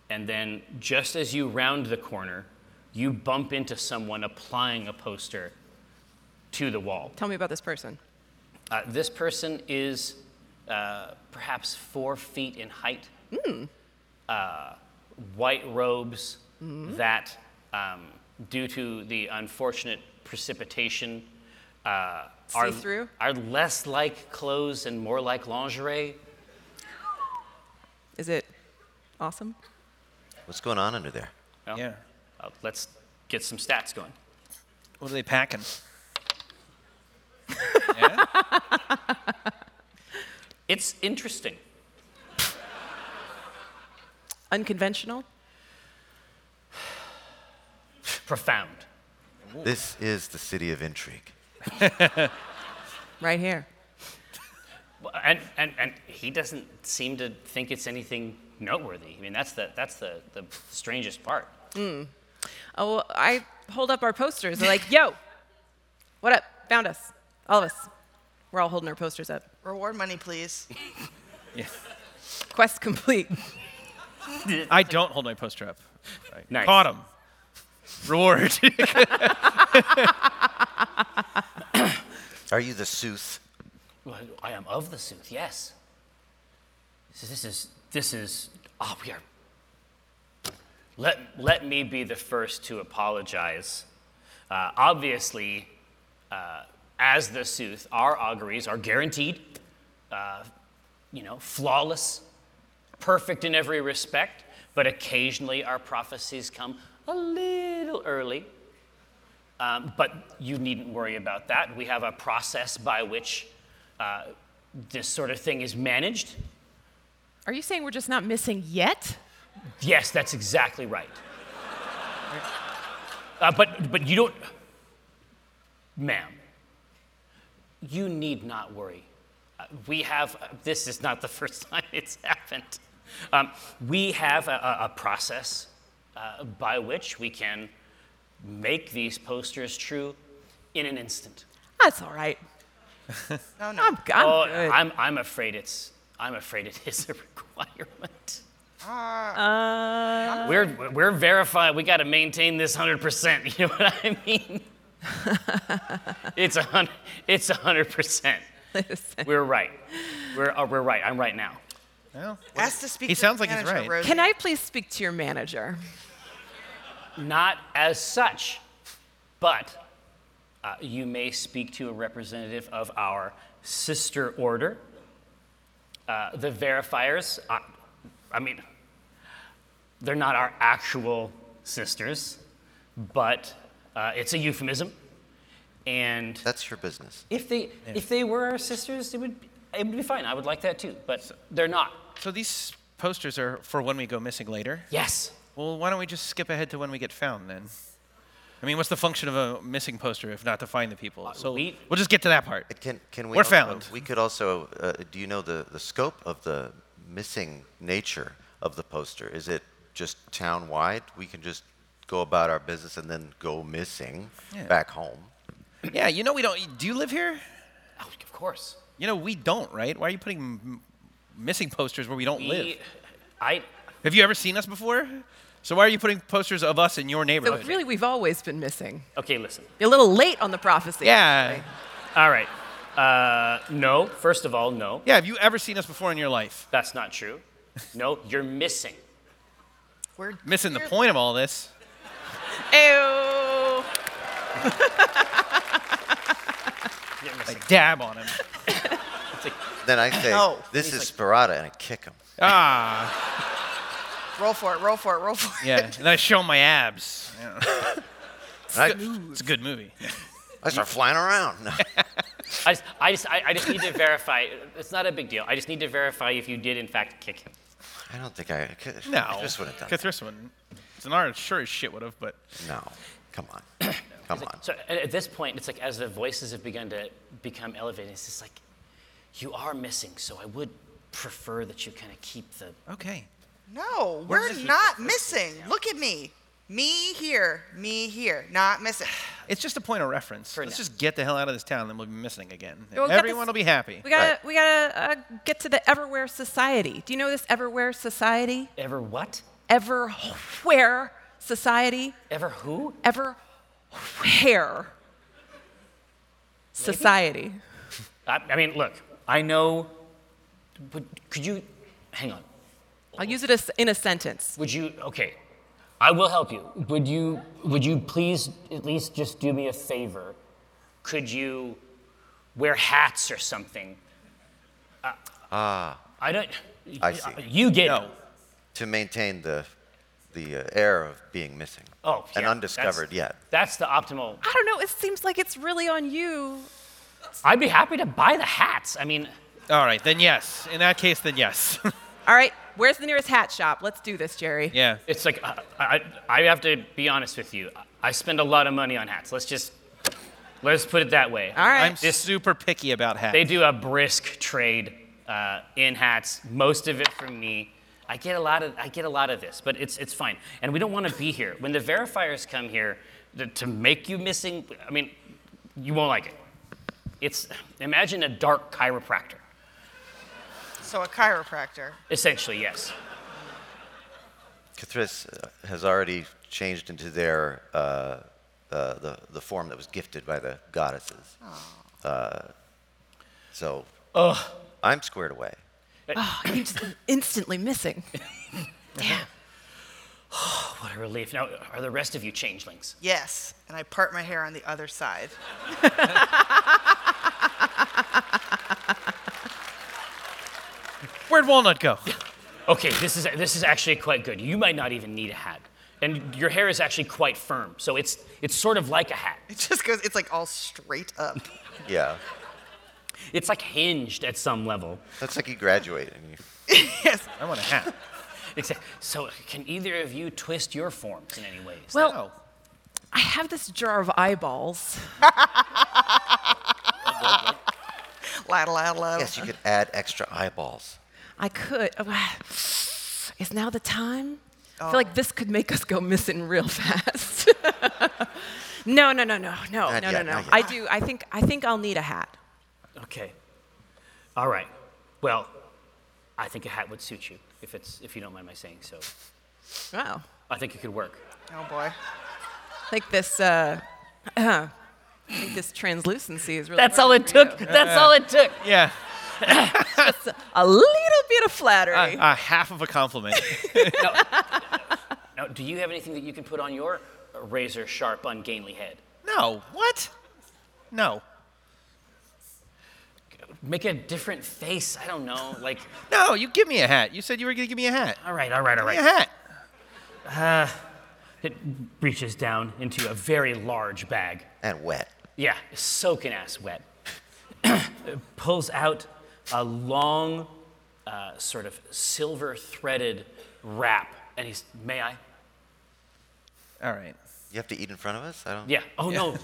and then just as you round the corner, you bump into someone applying a poster to the wall.
Tell me about this person.
Uh, this person is uh, perhaps four feet in height. Uh, white robes that, um, due to the unfortunate precipitation, uh, are,
See-through?
are less like clothes and more like lingerie.
Is it awesome?
What's going on under there?
No?
Yeah.
Uh, let's get some stats going.
What are they packing? yeah?
It's interesting.
Unconventional?
Profound.
This is the city of intrigue.
Right here.
Well, And, and, and he doesn't seem to think it's anything noteworthy. I mean, that's the, that's the, the strangest part.
Oh, well, I hold up our posters. They're like, yo, what up? Found us. All of us. We're all holding our posters up.
Reward money, please.
Quest complete.
I don't hold my poster up. I
Nice.
Caught him. Reward.
Are you the sooth?
Well, I am of the sooth, yes. So this is, this is, oh, we are. Let, let me be the first to apologize. Uh, obviously, uh, as the sooth, our auguries are guaranteed, uh, you know, flawless, perfect in every respect, but occasionally our prophecies come a little early. Um, but you needn't worry about that. We have a process by which uh, this sort of thing is managed.
Are you saying we're just not missing yet?
Yes, that's exactly right. Uh, but, but you don't, ma'am, you need not worry. Uh, we have, uh, this is not the first time it's happened. Um, we have a, a, a process uh, by which we can make these posters true in an instant.
That's all right.
No, no.
I'm, I'm
Oh,
good.
I'm, I'm afraid it's, I'm afraid it is a requirement.
Uh,
we're, we're verified. We got to maintain this 100%. You know what I mean? it's a hundred, it's a 100%. We're right. We're, uh, we're right. I'm right now.
well,
Ask to speak
He
to
sounds
the
like he's
manager,
right.
Rosie.
Can I please speak to your manager?
Not as such, but uh, you may speak to a representative of our sister order, uh, the verifiers. I, I mean, they're not our actual sisters, but uh, it's a euphemism. And
That's your business.
if they if they were our sisters, it would it would be fine. I would like that too, but they're not.
so these posters are for when we go missing later.
Yes.
Well, why don't we just skip ahead to when we get found then? I mean, what's the function of a missing poster if not to find the people? So
we-
we'll just get to that part.
Can, can we
We're
also-
found.
We could also, uh, do you know the, the scope of the missing nature of the poster? Is it just town wide? We can just go about our business and then go missing
Yeah.
back home.
Yeah, you know we don't. Do you live here?
Oh, of course.
You know we don't, right? Why are you putting m- missing posters where we don't live?
We, I
Have you ever seen us before? So why are you putting posters of us in your
So
neighborhood?
really, we've always been missing.
okay. Listen.
You're a little late on the prophecy.
Yeah.
All right. Uh, no. First of all, no.
Yeah, have you ever seen us before in your life?
That's not true. No, you're missing.
We're
Missing the point of all this.
Ew.
You're missing.
Dab on him.
Then I say,
No.
this is Sparata, and I kick him.
Ah,
Roll for it, roll for it, roll for it.
yeah. And then I show him my abs. Yeah.
And
It's a good movie.
I, I start flying around. No.
I just, I just, I, I just need to verify. It's not a big deal. I just need to verify if you did in fact kick him.
I don't think I could.
No.
This would have done that.
Cuthrus wouldn't. It's an art, sure as shit would have, but
No. Come on. Come on.
So at, at this point, it's like as the voices have begun to become elevated, it's just like, you are missing. So I would prefer that you kind of keep the.
okay.
No,
We're
we're
missing.
not missing. Look at me. Me here, me here, not missing.
It's just a point of reference.
For
Let's
now.
just get the hell out of this town, then we'll be missing again.
Well, we got
Everyone
this-
will be happy.
We gotta,
Right.
we gotta uh, get to the Everwhere Society. Do you know this Everwhere Society?
Ever what?
Everwhere Society.
Ever who?
Everwhere Society.
I, I mean, look, I know. But could you. Hang on.
I'll use it as, in a sentence.
Would you? Okay, I will help you. Would you? Would you please at least just do me a favor? Could you wear hats or something? Ah. I don't.
Uh, I see.
You get.
No.
To maintain the, the uh, air of being missing.
Oh,
And
yeah,
undiscovered
that's-
yet.
That's the optimal.
I don't know. It seems like it's really on you.
I'd be happy to buy the hats. I mean,
All right, then yes. In that case, then yes.
All right. Where's the nearest hat shop? Let's do this, Jerry.
yeah.
it's like uh, I, I, I have to be honest with you. I spend a lot of money on hats. Let's just Let's put it that way.
All right.
I'm super picky about hats.
They do a brisk trade uh, in hats. Most of it from me. I get a lot of I get a lot of this, but it's it's fine. And we don't want to be here when the verifiers come here to, to make you missing. I mean, you won't like it. It's imagine a dark chiropractor.
So a chiropractor.
Essentially, yes.
Cathris uh, has already changed into their uh, uh, the the form that was gifted by the goddesses. Uh, so I'm squared away.
Oh, you just instantly missing.
Oh, What a relief. Now, are the rest of you changelings?
Yes. And I part my hair on the other side.
Where'd Walnut go?
Okay, this is this is actually quite good. You might not even need a hat, and your hair is actually quite firm, so it's it's sort of like a hat.
It just goes, it's like all straight up.
Yeah,
It's like hinged at some level.
that's like you graduate and you.
yes.
I want a hat.
Except, so can either of you twist your forms in any ways?
Well, I have this jar of eyeballs.
Laddle, laddle, laddle.
Yes, you could add extra eyeballs.
I could. oh, Is now the time? I feel like this could make us go missing real fast. no, no, no, no, no,
Not
no,
yet,
no, no.
not yet.
I do. I think. I think I'll need a hat.
okay. All right. Well, I think a hat would suit you if it's if you don't mind my saying so.
Wow.
I think it could work.
Oh boy.
Like this. Uh, I think this translucency is really.
That's all
working
it
for you.
took. That's all it took.
Yeah,
A little bit of flattery.
uh, uh, half of a compliment.
Now, do you have anything that you can put on your razor sharp, ungainly head?
no, what? No,
Make a different face. I don't know. Like,
no. You give me a hat. You said you were gonna give me a hat.
all right, all right, all
Give me
right.
a hat.
It reaches down into a very large bag.
And wet.
Yeah, soaking ass wet. Pulls out a long, uh, sort of silver threaded wrap, and he's, may I?
All right.
You have to eat in front of us. I don't.
Yeah. Oh no.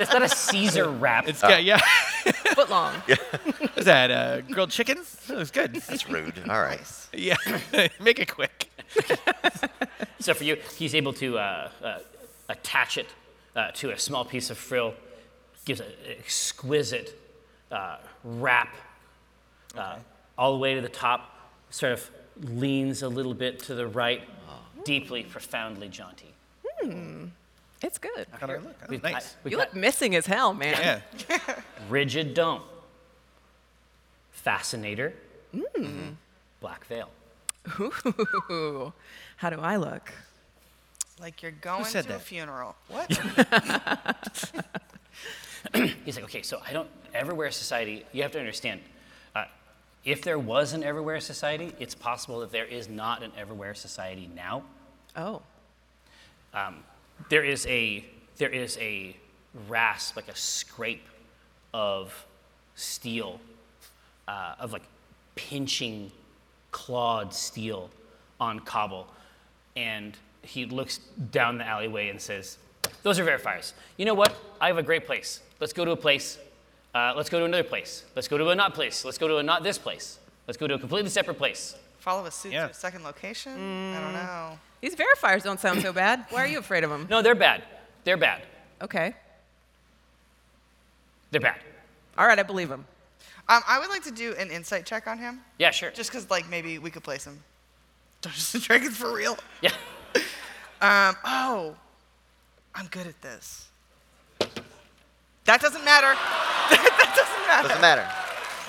It's not a Caesar wrap.
It's yeah, yeah.
Foot long.
Is that uh, grilled chicken? That was good.
That's rude. All right.
Yeah, make it quick.
so for you, he's able to uh, uh, attach it uh, to a small piece of frill. Gives an exquisite uh, wrap uh, all the way to the top. Sort of leans a little bit to the right. Deeply, profoundly jaunty.
It's good.
How do I look? I look
I-
nice.
we've
You
got
look missing as hell, man.
Yeah.
rigid dome, fascinator, black veil.
Ooh, how do I look?
Like you're going to
said
a
that?
funeral. What?
He's like, okay, so I don't everywhere society. You have to understand, uh, if there was an everywhere society, it's possible that there is not an everywhere society now.
Oh,
There is a there is a rasp, like a scrape of steel, uh, of like pinching clawed steel on cobble, and he looks down the alleyway and says, "Those are verifiers. You know what? I have a great place. Let's go to a place. Uh, let's go to another place. Let's go to a not place. Let's go to a not this place. Let's go to a completely separate place."
Follow a suit
Yeah.
to a second location? I
Mm.
don't know.
these verifiers don't sound so bad. Why are you afraid of them?
No, they're bad. They're bad.
Okay.
They're bad.
All right, I believe him.
Um, I would like to do an insight check on him,
Yeah, sure.
just because like maybe we could place him. Dungeons and Dragons for real.
yeah.
Um, oh, I'm good at this. That doesn't matter. that doesn't matter.
Doesn't matter.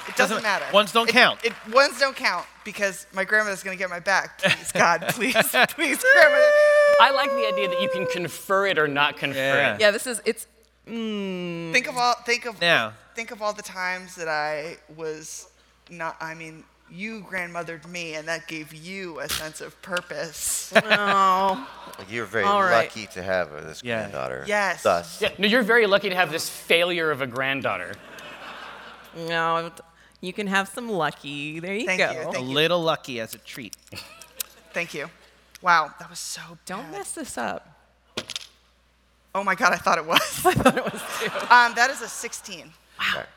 It doesn't, matter.
ones don't
It-
count.
It, ones don't count because my grandmother's gonna get my back. Please, God, please, please, grandmother.
I like the idea that you can confer it or not confer
Yeah.
it.
Yeah, this is it's
Think of all. Think of.
Now.
Think of all the times that I was not. I mean, you grandmothered me, and that gave you a sense of purpose.
oh.
Like you're very
All right.
lucky to have her, this
Yeah.
granddaughter.
Yes.
Thus,
Yeah, no, you're very lucky to have this failure of a granddaughter.
No, you can have some lucky. There you
Thank
go.
you,
A
thank you,
little lucky as a treat.
thank you. Wow, that was so.
Don't
bad.
mess this up.
Oh my God, I thought it was. I thought it was too. Um, that is a 16.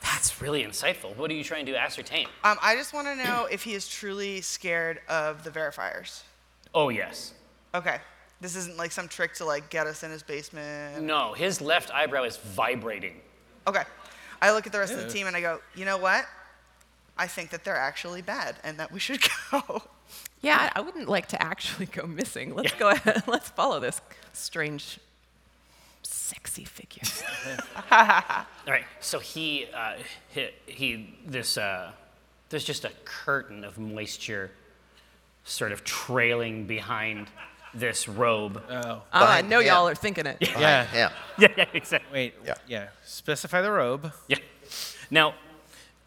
That's really insightful. What are you trying to ascertain?
Um, I just want to know if he is truly scared of the verifiers.
Oh, yes.
Okay. This isn't like some trick to like get us in his basement.
No, his left eyebrow is vibrating.
Okay. I look at the rest of the team and I go, you know what? I think that they're actually bad and that we should go.
Yeah, I I wouldn't like to actually go missing. Let's go ahead. Let's follow this strange, sexy figure.
All right. So he, uh, he, he this, uh, there's just a curtain of moisture sort of trailing behind this robe.
Ah, I
Behind
know
him.
y'all are thinking it.
Yeah.
Yeah.
yeah, yeah, exactly.
Wait.
Yeah.
Yeah. Specify the robe.
Yeah. Now,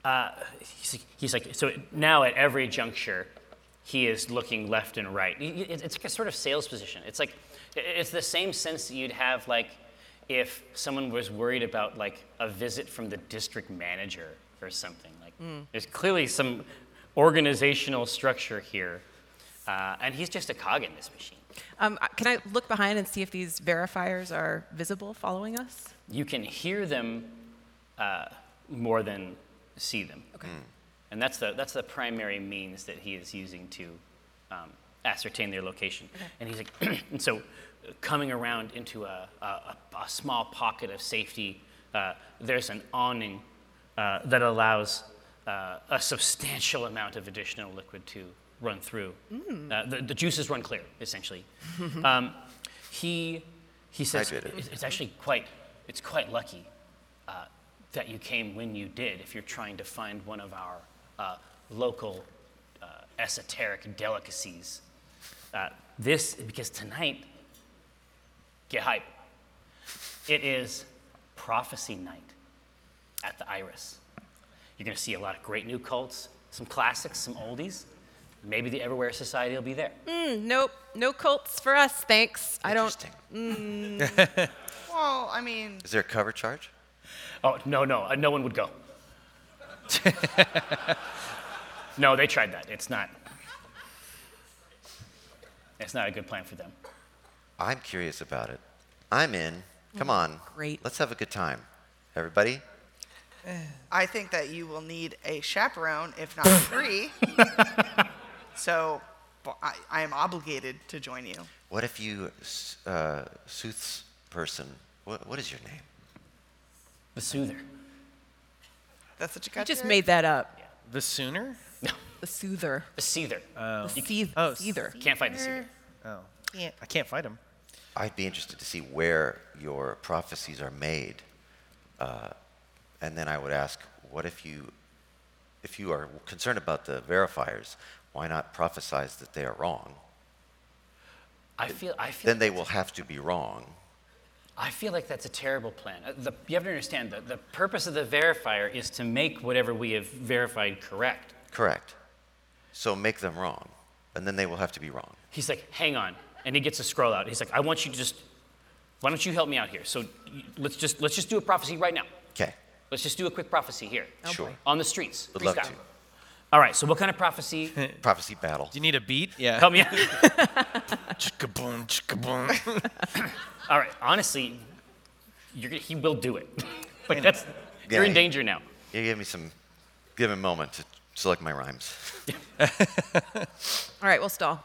uh, he's, like- he's like, so now at every juncture, he is looking left and right. Y- y- It's it's like a sort of sales position. It's like, i- it's the same sense that you'd have, like, if someone was worried about, like, a visit from the district manager or something. Like, there's clearly some organizational structure here, uh, and he's just a cog in this machine.
Um, I- can I look behind and see if these verifiers are visible following us?
You can hear them uh, more than see them.
Okay.
And that's the, that's the primary means that he is using to um, ascertain their location. And he's like, and so uh, coming around into a, a, a, a small pocket of safety, uh, there's an awning uh, that allows uh, a substantial amount of additional liquid to run through. Uh, the, the juices run clear, essentially. um, he, he says,
Hydrated.
"It's- it's actually quite, it's quite lucky uh, that you came when you did if you're trying to find one of our uh, local uh, esoteric delicacies. Uh, this, because tonight, get hype. It is prophecy night at the Iris. You're going to see a lot of great new cults, some classics, some oldies. Maybe the Everywhere Society will be there.
Nope, no cults for us, thanks. I don't.
Interesting.
Well, I mean,
Is there a cover charge?
Oh, no, no, uh, no one would go. no, they tried that. It's not. It's not a good plan for them.
I'm curious about it. I'm in. Come on.
great.
Let's have a good time. Everybody?
I think that you will need a chaperone, if not three. so bu- I, I am obligated to join you.
What if you, s- uh, sooths person, what, what is your name?
The Soother.
That's what you
I
got.
just
Jared?
made that up.
The sooner.
The soother.
The Seether.
The seeth-
oh,
seether.
Can't find the Seether.
Oh. I can't fight him.
I'd be interested to see where your prophecies are made. Uh, and then I would ask, what if you, if you are concerned about the verifiers, why not prophesize that they are wrong?
I feel, I feel
Then they will have to be wrong.
I feel like that's a terrible plan. Uh, the- you have to understand that the purpose of the verifier is to make whatever we have verified correct.
Correct. So make them wrong, and then they will have to be wrong.
He's like, hang on. And he gets a scroll out. He's like, I want you to just, why don't you help me out here? So y- let's just, let's just do a prophecy right now.
Okay.
Let's just do a quick prophecy here.
sure.
On the streets.
Would love
freestyle.
to.
All right, so what kind of prophecy?
Prophecy battle.
Do you need a beat? Yeah.
help me out.
Chickaboom, chickaboom.
All right, honestly, you're, gonna- he will do it. like that's, you're in
Yeah.
danger now.
You give me some, give me a moment to select my rhymes.
All right, we'll stall.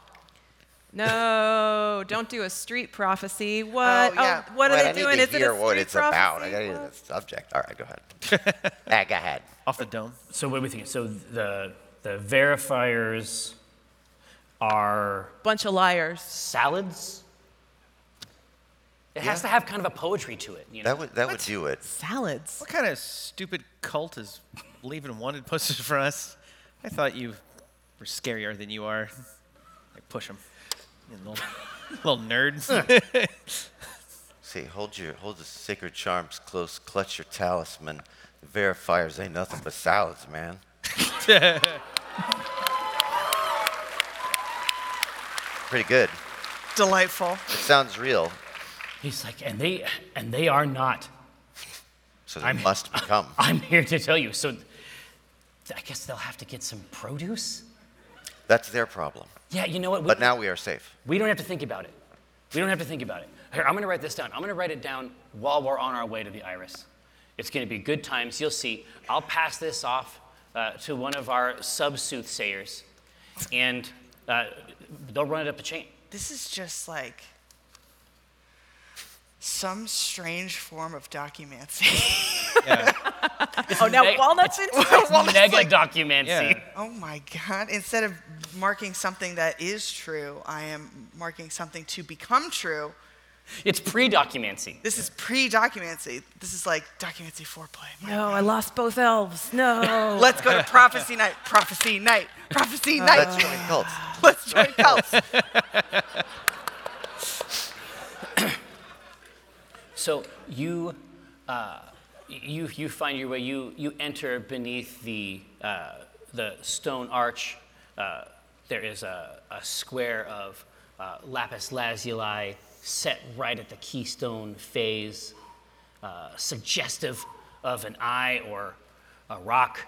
No, don't do a street prophecy. What? oh,
yeah.
what are
Oh, Wait,
they
I need
doing?
to
Is it a
hear what
street
it's about. I
prophecy?
gotta hear
What?
the subject. All right, go ahead. Ah, go ahead.
Off the dome.
So what are we thinking? So the the verifiers are
Bunch of liars.
salads. It has to have kind of a poetry to it, you know.
That would that would do it.
Salads.
What kind of stupid cult is leaving wanted posters for us? I thought you were scarier than you are. I push him. You little, little nerd.
See, hold your hold the sacred charms close. Clutch your talisman. The verifiers ain't nothing but salads, man. Pretty good.
Delightful.
It sounds real.
He's like, and they and they are not.
So they must become.
I'm here to tell you. So th- I guess they'll have to get some produce.
That's their problem.
Yeah, you know what? We,
But now we are safe.
we don't have to think about it. We don't have to think about it. Here, I'm gonna write this down. I'm gonna write it down while we're on our way to the iris. It's gonna be good times. You'll see. I'll pass this off uh, to one of our sub soothsayers, and uh, they'll run it up the chain.
This is just like some strange form of documancy.
Oh, now
Hey.
walnuts in
Well, it's
Mega
like-
documancy.
Yeah.
oh my God. Instead of marking something that is true, I am marking something to become true.
It's pre documancy.
This is pre documancy. This is like documancy foreplay. My
No, I lost both elves. No.
Let's go to prophecy night. Prophecy night. Prophecy night.
Oh.
Let's join cults.
Let's join cults.
So you, uh, you, you find your way. You, you enter beneath the, uh, the stone arch. Uh, there is a, a square of uh, lapis lazuli set right at the keystone phase, uh, suggestive of an eye or a rock.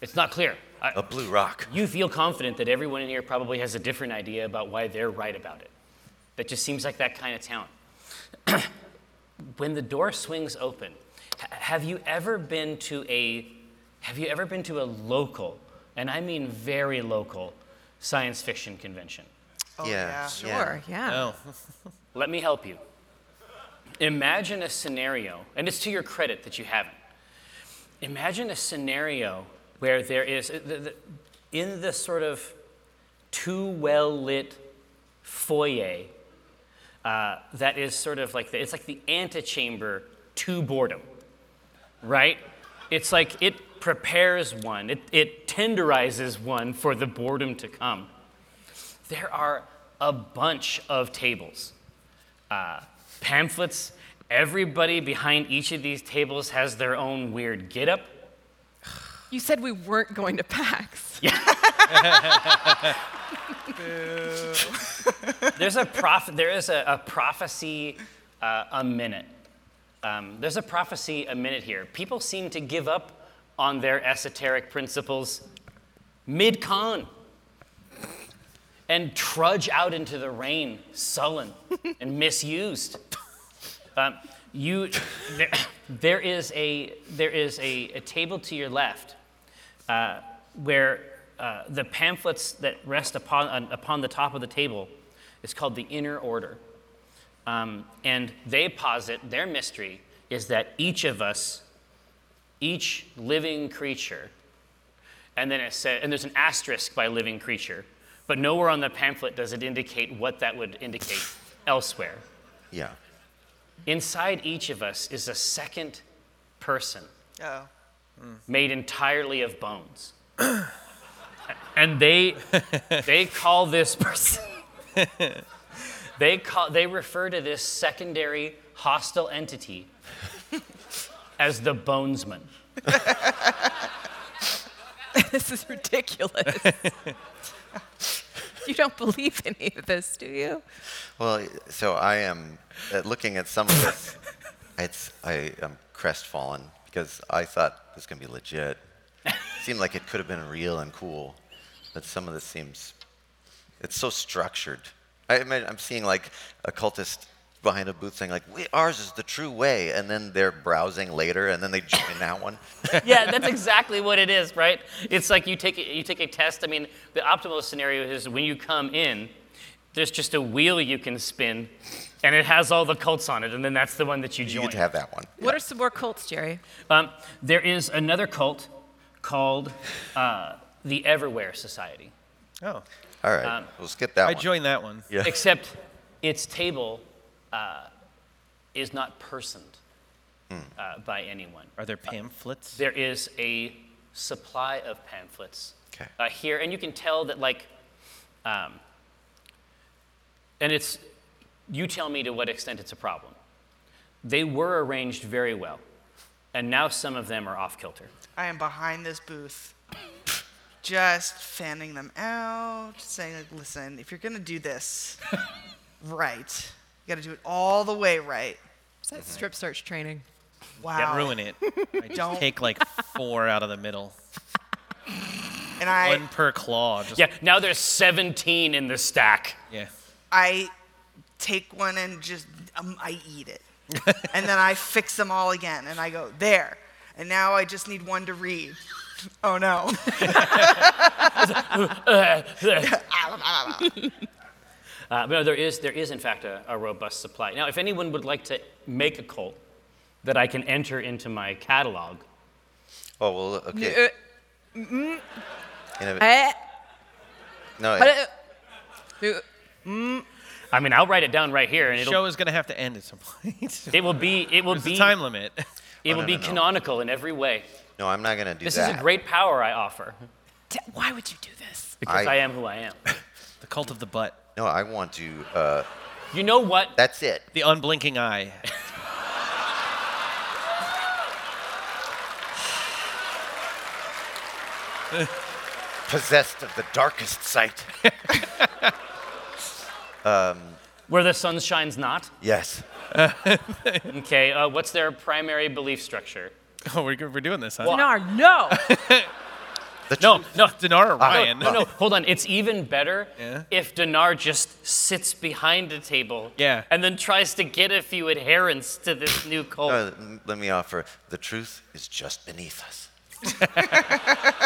It's not clear. I-
A blue rock.
you feel confident that everyone in here probably has a different idea about why they're right about it. That just seems like that kind of town. when the door swings open, h- have you ever been to a have you ever been to a local, and I mean very local, science fiction convention?
yeah.
Oh, Sure, yeah.
Oh,
Let me help you. Imagine a scenario, and it's to your credit that you haven't. Imagine a scenario where there is, uh, the- the- in the sort of too well lit foyer, uh, that is sort of like, the, it's like the antechamber to boredom, right? It's like it prepares one, it, it tenderizes one for the boredom to come there are a bunch of tables, uh, pamphlets. Everybody behind each of these tables has their own weird getup.
You said we weren't going to PAX.
There's a prof- there is a, a prophecy uh, a minute. Um, there's a prophecy a minute here. People seem to give up on their esoteric principles mid con and trudge out into the rain, sullen and misused. Um, you, there, there is a there is a, a table to your left uh, where uh, the pamphlets that rest upon on- upon the top of the table is called the inner order, um, and they posit their mystery is that each of us, each living creature, and then it says and there's an asterisk by living creature, but nowhere on the pamphlet does it indicate what that would indicate elsewhere.
Yeah.
Inside each of us is a second person
Oh.
made entirely of bones. and they they call this person they call they refer to this secondary hostile entity as the bonesman.
this is ridiculous. you don't believe any of this, do you?
Well, so I am uh, looking at some of this. It's I am crestfallen because I thought this was gonna be legit. seemed like it could have been real and cool, but some of this seems it's so structured. I mean, I'm seeing like a cultist behind a booth saying like, we, "Ours is the true way," and then they're browsing later, and then they join that one.
yeah, that's exactly what it is, right? It's like you take a, you take a test. I mean, the optimal scenario is when you come in, there's just a wheel you can spin, and it has all the cults on it, and then that's the one that you join.
You'd have that one.
What are some more cults, Jerry?
Um, there is another cult called uh, the Everywhere Society,
oh.
All right,
Um,
we'll skip that
I
one.
joined that one.
Yeah.
except its table uh, is not personed uh, by anyone.
Are there pamphlets?
There is a supply of pamphlets
Okay.
uh, here, and you can tell that, like, um, and it's, you tell me to what extent it's a problem. They were arranged very well, and now some of them are off kilter.
I am behind this booth, just fanning them out, saying, like, listen, if you're going to do this right, you got to do it all the way right.
Is that strip search training?
Wow.
Don't ruin it. I just
Don't.
take like four out of the middle,
And I,
one per claw. Just,
Yeah, now there's 17 in the stack.
yeah.
I take one and just um, I eat it. and then I fix them all again and I go, there. And now I just need one to read. Oh no.
Uh, but no, there is, there is in fact a, a robust supply. Now, if anyone would like to make a cult that I can enter into my catalog,
Oh well,
Uh,
okay. In a-
eh,
no,
but,
it-
uh, uh,
I mean, I'll write it down right here, and
The
it'll,
show is going to have to end at some point.
it will be, it will
There's
be,
a time limit.
it will
no,
be
no, no.
canonical in every way.
no, I'm not gonna do
This
that.
is a great power I offer
d- why would you do this?
because
I-
I am who I am.
The cult of the butt.
No, I want to. Uh,
You know what?
that's it.
The unblinking eye.
Possessed of the darkest sight.
Where the sun shines not.
Yes.
Okay, uh, what's their primary belief structure?
Oh, we're, we're doing this, huh?
Well,
Dinar, no.
The
No, no,
Dinara
no,
Ryan.
Ah. no, no, hold on. It's even better
Yeah?
if Dinar just sits behind a table
Yeah.
and then tries to get a few adherents to this new cult.
Uh,
No, m- let me offer. The truth is just beneath us.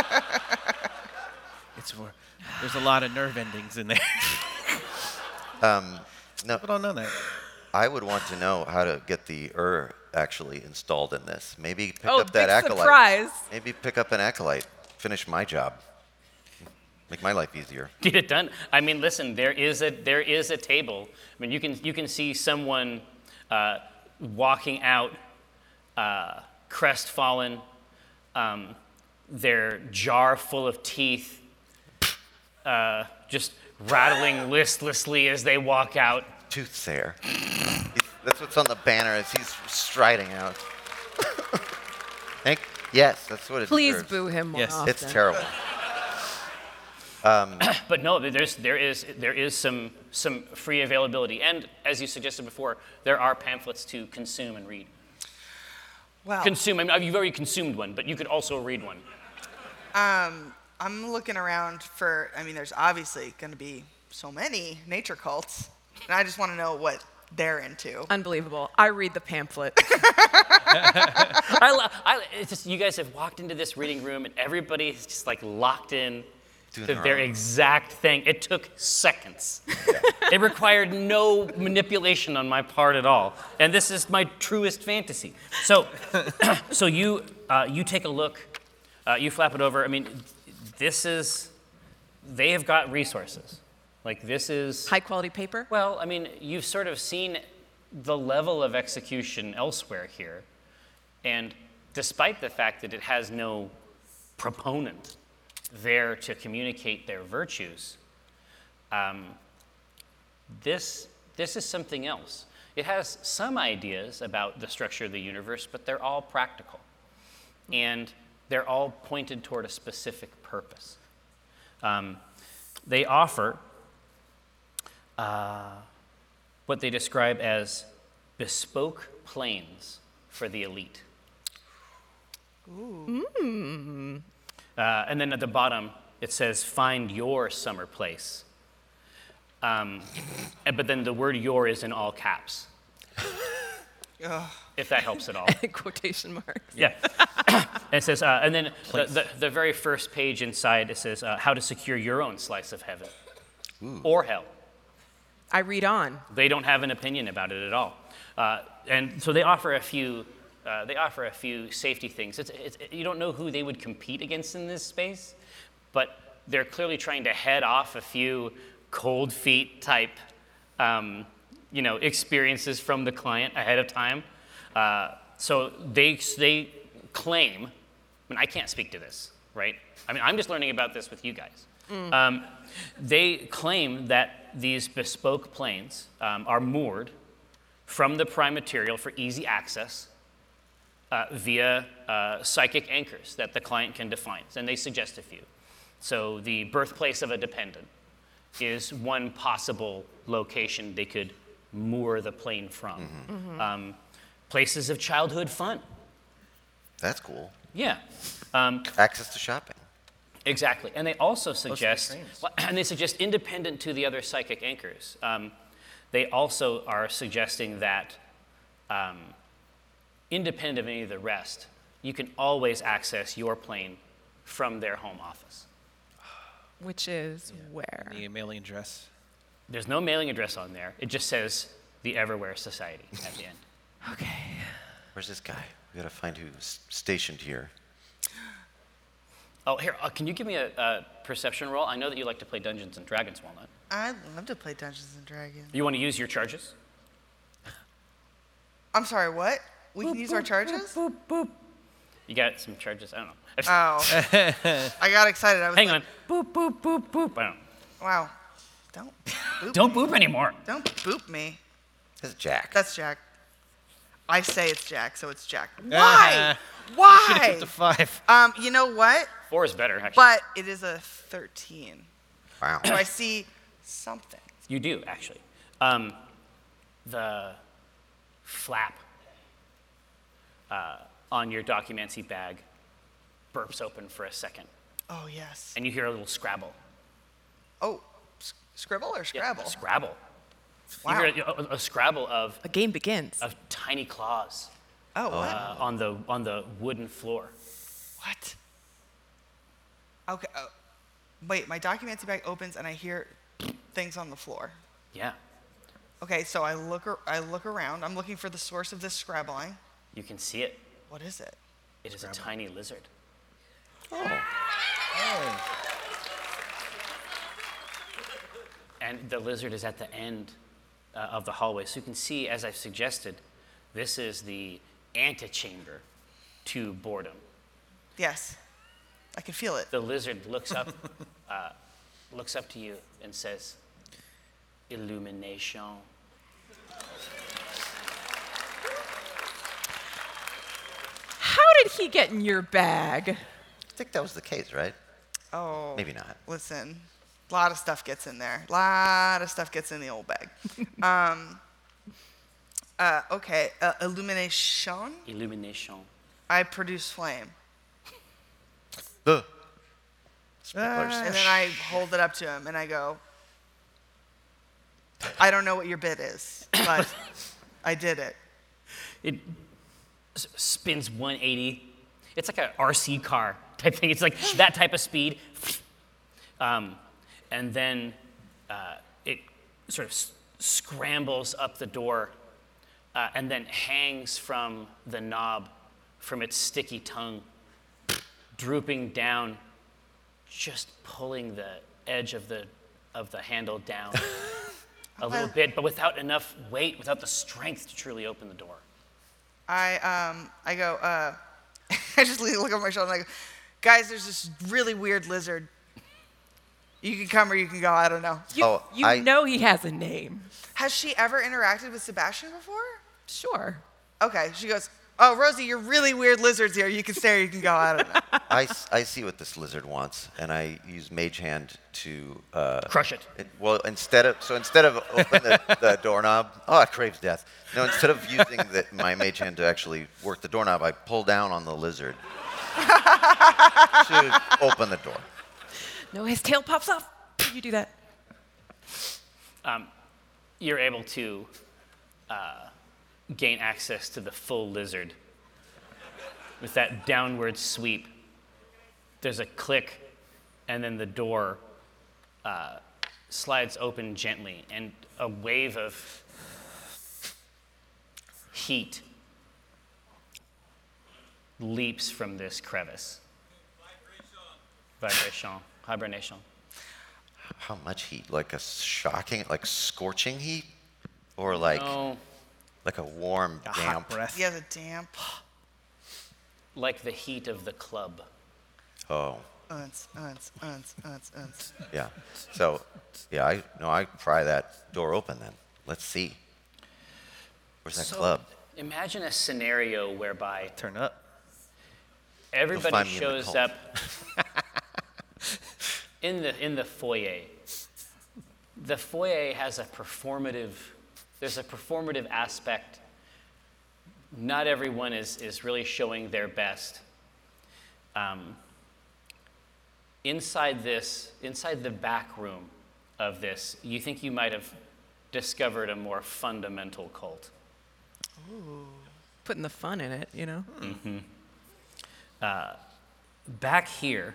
It's more, there's a lot of nerve endings in there.
No,
People don't know that.
I would want to know how to get the er actually installed in this. Maybe pick
Oh,
up that
big
acolyte.
surprise.
Maybe pick up an acolyte. Finish my job. Make my life easier.
get it done. I mean, listen, there is a there is a table. I mean, you can you can see someone uh, walking out, uh, crestfallen, um, their jar full of teeth, uh, just rattling listlessly as they walk out.
Toothsayer. He's- that's what's on the banner as he's striding out. Thank. Yes, that's what it
Please
deserves.
boo him more
Yes.
often.
It's terrible.
But no, there's there is there is some some free availability, and as you suggested before, there are pamphlets to consume and read.
Well,
Consume. I mean, you've already consumed one, but you could also read one.
I'm looking around for, I mean, there's obviously going to be so many nature cults, and I just want to know what they're into.
Unbelievable. I read the pamphlet.
I, lo- I, it's just you guys have walked into this reading room and everybody is just like locked in
Doing
to
their
their
own.
exact thing. It took seconds. it required no manipulation on my part at all, and this is my truest fantasy. So, so you uh, you take a look, uh, you flap it over. I mean, this is they have got resources. Like this is
High quality paper.
well, I mean, you've sort of seen the level of execution elsewhere here, and despite the fact that it has no proponent there to communicate their virtues, um, this this is something else. It has some ideas about the structure of the universe, but they're all practical, and they're all pointed toward a specific purpose. Um, they offer what they describe as bespoke planes for the elite. Ooh. Uh, and then at the bottom, it says, find your summer place. Um, and- but then the word your is in all caps,
Ugh.
if that helps at all.
Quotation marks.
Yeah. and it says, uh, and then the, the, the very first page inside, it says, uh, how to secure your own slice of heaven or hell.
I read on.
They don't have an opinion about it at all. Uh, and so they offer a few, uh, they offer a few safety things. It's, it's, you don't know who they would compete against in this space, but they're clearly trying to head off a few cold feet type, um, you know, experiences from the client ahead of time. Uh, so they, they claim, I mean, I can't speak to this, right? I mean, I'm just learning about this with you guys. Um, they claim that these bespoke planes um, are moored from the prime material for easy access uh, via uh, psychic anchors that the client can define. And they suggest a few. So, the birthplace of a dependent is one possible location they could moor the plane from. Um, places of childhood fun.
That's cool.
Yeah. Um,
Access to shopping.
Exactly, and they also suggest,
trains.
well, and they suggest independent to the other psychic anchors. Um, they also are suggesting that, um, independent of any of the rest, you can always access your plane from their home office.
Which is where?
The mailing address.
There's no mailing address on there. It just says the Everywhere Society at the end.
Okay.
Where's this guy? We gotta find who's stationed here.
Oh, here, uh, can you give me a, a perception roll? I know that you like to play Dungeons and Dragons, Walnut.
I love to play Dungeons and Dragons.
You want to use your charges?
I'm sorry, what? We can use our charges? Uh, Oh,
You got some charges? I don't know.
I got excited. Oh. I was
Hang on.
like,
Boop, boop, boop, boop. I don't
wow, don't boop,
Don't boop anymore.
don't boop me.
That's Jack.
That's Jack. I say it's Jack, so it's Jack. Why? Why?
The five.
Um, you know what?
Four is better, actually.
But it is a 13.
wow.
So I see something.
You do, actually. Um, the flap uh, on your documancy bag burps open for a second,
Oh yes.
and you hear a little scrabble.
Oh, s- scribble or
Yeah,
scrabble?
Scrabble.
Wow.
You hear a, a- a scrabble of,
A game begins.
of tiny claws
oh, what?
uh, on, the, on the wooden floor.
What? Okay. Oh. Wait, my documancy bag opens and I hear things on the floor.
Yeah.
Okay, so I look, ar- I look around. I'm looking for the source of this scrabbling.
You can see it.
What is it?
It is a tiny lizard. And the lizard is at the end uh, of the hallway. So you can see, as I've suggested, this is the antechamber to boredom.
Yes, I can feel it.
The lizard looks up, uh, looks up to you and says, Illumination.
How did he get in your bag?
I think that was the case, right?
Oh.
Maybe not.
Listen, a lot of stuff gets in there. A lot of stuff gets in the old bag. um, uh, okay, uh, illumination.
Illumination.
I produce flame.
Ugh. Sprinklers.
Ah. And then I hold it up to him and I go, I don't know what your bid is, but I did it.
It s- spins 180. It's like an RC car type thing. It's like that type of speed. Um, and then uh, it sort of s- scrambles up the door uh, and then hangs from the knob from its sticky tongue, drooping down, just pulling the edge of the, of the handle down a little bit, but without enough weight, without the strength to truly open the door.
I um I go uh I just lean- look over my shoulder and I go, guys, there's this really weird lizard. You can come or you can go. I don't know.
You,
Oh,
you
I-
know he has a name.
Has she ever interacted with Sebastian before?
Sure.
Okay. She goes, oh Rosie, you're really weird lizards here. You can stare, you can go. I don't know.
I, s- I see what this lizard wants, and I use Mage Hand to. Uh,
Crush it.
it- well, instead of so instead of open the, the doorknob, oh, it craves death. No, instead of using the, my Mage Hand to actually work the doorknob, I pull down on the lizard to open the door.
No, his tail pops off. You do that.
You're able to uh, gain access to the full lizard with that downward sweep. There's a click, and then the door uh, slides open gently, and a wave of heat leaps from this crevice. Vibration. Hibernation.
How much heat? Like a shocking, like scorching heat, or like
Oh.
like a warm,
A
damp.
hot breath.
He has a damp.
Like the heat of the club.
Oh,
Unts, unts, unts, unts, unts.
yeah. So, yeah, I no, I pry that door open then. Let's see. Where's that
So,
club?
Imagine a scenario whereby
Turn up.
everybody
find me in the
shows
cult.
up in the in the foyer. The foyer has a performative. There's a performative aspect. Not everyone is is really showing their best. Um, inside this, inside the back room of this, you think you might have discovered a more fundamental cult.
Putting the fun in it, you know?
Hmm.
Back here,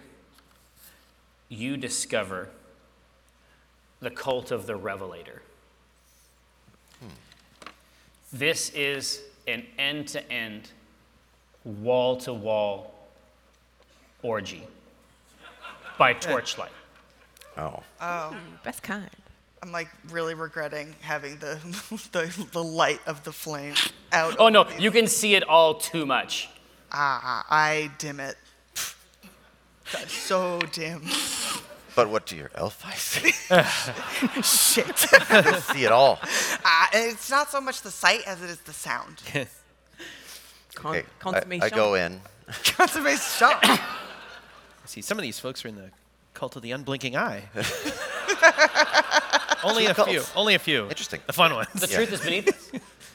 you discover the cult of the Revelator. This is an end to end, wall to wall orgy by torchlight.
Oh.
Best kind.
I'm like really regretting having the the, the light of the flame out.
Oh no, you can see it all too much.
Ah, I dim it. That's so dim.
But what do your elf eyes see?
Shit.
They see it all.
Ah, and it's not so much the sight as it is the sound.
Con-
Okay, I-
consummation.
I go in.
Consummate shot.
See, some of these folks are in the cult of the unblinking eye. only a few.
cults.
Only a few.
Interesting.
The fun ones.
The truth is beneath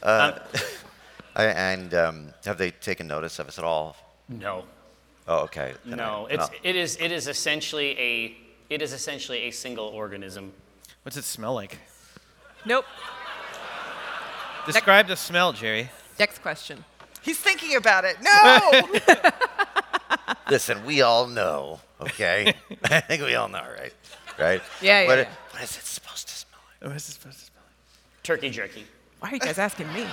us.
I, and um, have they taken notice of us at all?
No,
Oh, okay. Then I-
no. It's
oh.
it is it is essentially a it is essentially a single organism.
What's it smell like?
Nope.
Describe the smell, Jerry.
Next question.
He's thinking about it. No.
Listen, we all know, okay? I think we all know, right? Right?
Yeah, yeah,
What-
yeah.
what is it supposed to smell like?
What's it supposed to smell
Turkey jerky.
Why are you guys asking me?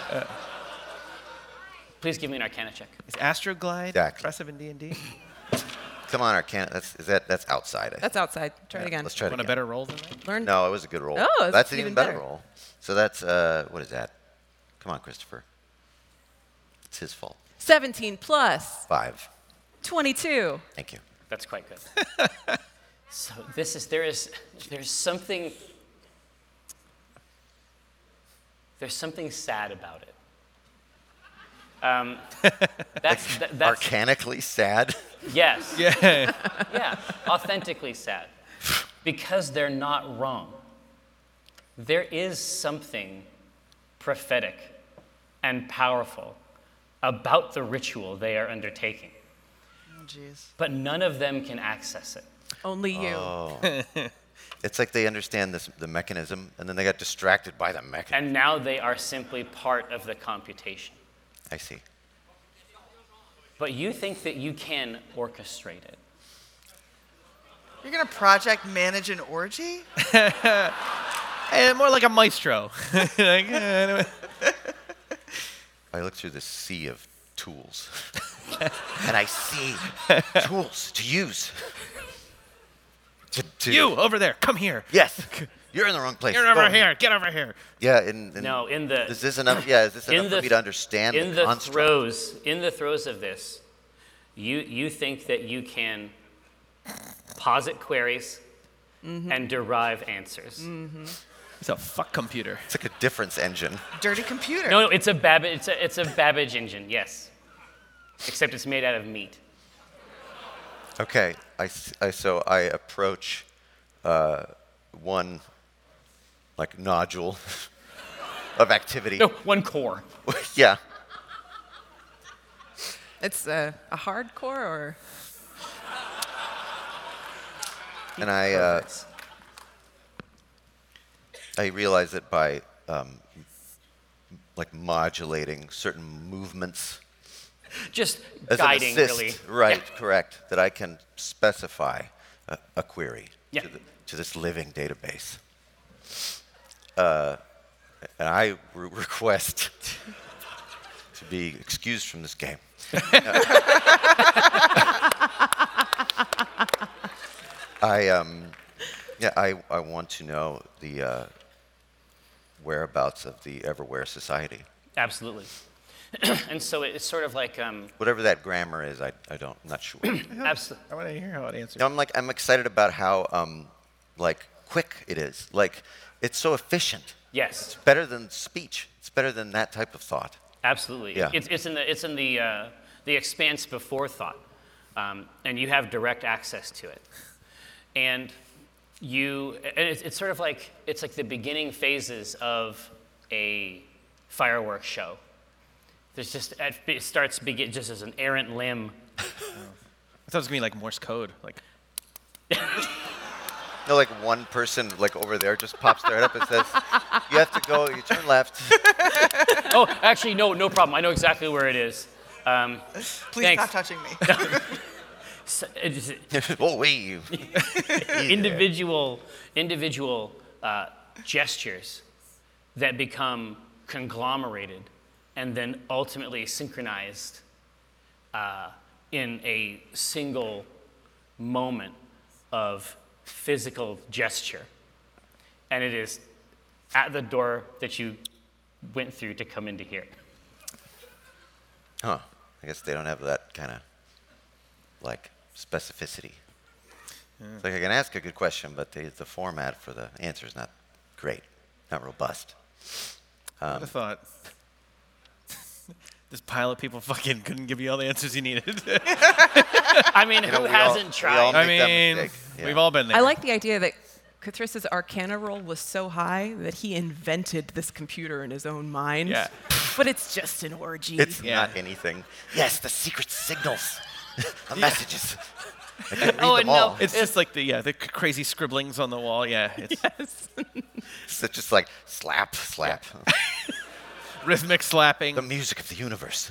Please give me an Arcana check.
like? Is Astroglide
Exactly.
impressive in D&D?
Come on, Arcana. That's, is that, that's outside. I think.
That's outside. Try it again.
Let's try it
Want a
again.
better roll than that?
Learn.
No, it was a good roll.
Oh, it's
that's an
even
even better,
better.
roll. So that's, uh, what is that? Come on, Christopher. It's his fault.
17 plus
Five.
22.
Thank you.
That's quite good. so this is there is there's something there's something sad about it. Um, that's that, that's
Arcanically sad.
yes
Yeah.
yeah authentically sad because they're not wrong. There is something prophetic and powerful about the ritual they are undertaking,
Oh, Jeez.
but none of them can access it.
Only you.
Oh. It's like they understand this, the mechanism, and then they got distracted by the mechanism.
And now they are simply part of the computation.
I see.
But you think that you can orchestrate it.
You're gonna project manage an orgy?
Eh, more like a maestro. Like, eh, anyway.
I look through this sea of tools, and I see tools to use. To, to,
you, over there. Come here.
Yes. You're in the wrong place.
Get over
Go.
here. Get over here.
Yeah. In, in,
No, in the-
Is this enough? Yeah. Is this enough for
the
me to understand
in
the
the
construct?
throes in the throes of this, you you think that you can posit queries and derive answers.
It's a fuck computer.
It's like a difference engine.
Dirty computer.
No, no, it's a Babbage it's a, it's a Babbage engine, yes. Except it's made out of meat.
Okay. I, s- I- so I approach uh, one like nodule of activity.
No, one core.
yeah.
It's a, a hardcore or
And I uh, I realize that by um, like modulating certain movements
Just
as
guiding
an assist,
really.
right? Correct. That I can specify a, a query
Yeah.
to, the, to this living database. Uh, and I re- request to be excused from this game. Uh, I um, yeah, I, I want to know the uh, whereabouts of the Everwhere Society.
Absolutely. and so it's sort of like um,
Whatever that grammar is, I, I don't, not sure.
absolutely.
I want to hear how it answers.
No, I'm like I'm excited about how um, like quick it is. Like it's so efficient.
Yes,
Better than speech. It's better than that type of thought.
absolutely.
Yeah.
It's, it's in the it's in the uh, the expanse before thought, um, and you have direct access to it, and you and it's, it's sort of like it's like the beginning phases of a fireworks show. There's just it starts begin just as an errant limb.
I thought it was going to be like Morse code. Like,
know, like one person like over there just pops their head up and says, "You have to go. You turn left."
Oh, actually, no, no problem. I know exactly where it is. Um,
Please
Thanks.
stop touching me.
so- it is-
oh wait.
individual, individual uh, gestures that become conglomerated and then ultimately synchronized uh, in a single moment of physical gesture. And it is at the door that you went through to come into here.
Huh. I guess they don't have that kind of like specificity. It's like I can ask a good question, but the, the format for the answer is not great, not robust.
I thought this pile of people fucking couldn't give you all the answers you needed.
I mean,
know,
who
we all-
hasn't
we
tried?
all
I
Make that
mean,
mistake, yeah.
we've all been there.
I like the idea that Cathris's Arcana roll was so high that he invented this computer in his own mind.
Yeah.
But it's just an orgy.
It's
Yeah.
not anything. Yes, the secret signals, the messages. I can read
Oh,
them
no.
all.
It's just like the yeah, the c- crazy scribblings on the wall. Yeah, it's
It's just like slap, slap.
rhythmic slapping.
the music of the universe.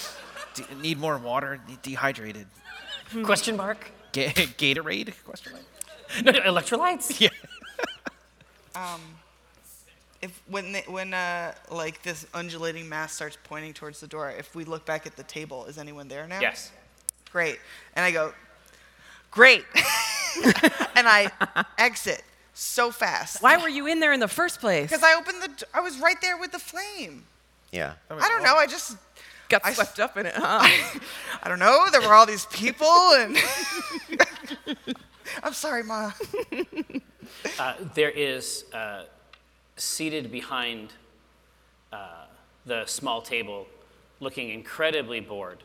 D- need more water. Need dehydrated.
Question mark?
Ga- Gatorade? Question mark.
No, no, electrolytes?
Yeah.
if when they, when uh like this undulating mass starts pointing towards the door, if we look back at the table, is anyone there now?
Yes.
Great. And I go, great. and I exit so fast
Why were you in there in the first place?
because I opened the. d- I was right there with the flame.
Yeah.
I don't know. I just.
got
I-
swept up in it, huh?
I don't know. There were all these people, and I'm sorry, Ma.
There is uh, seated behind uh, the small table, looking incredibly bored,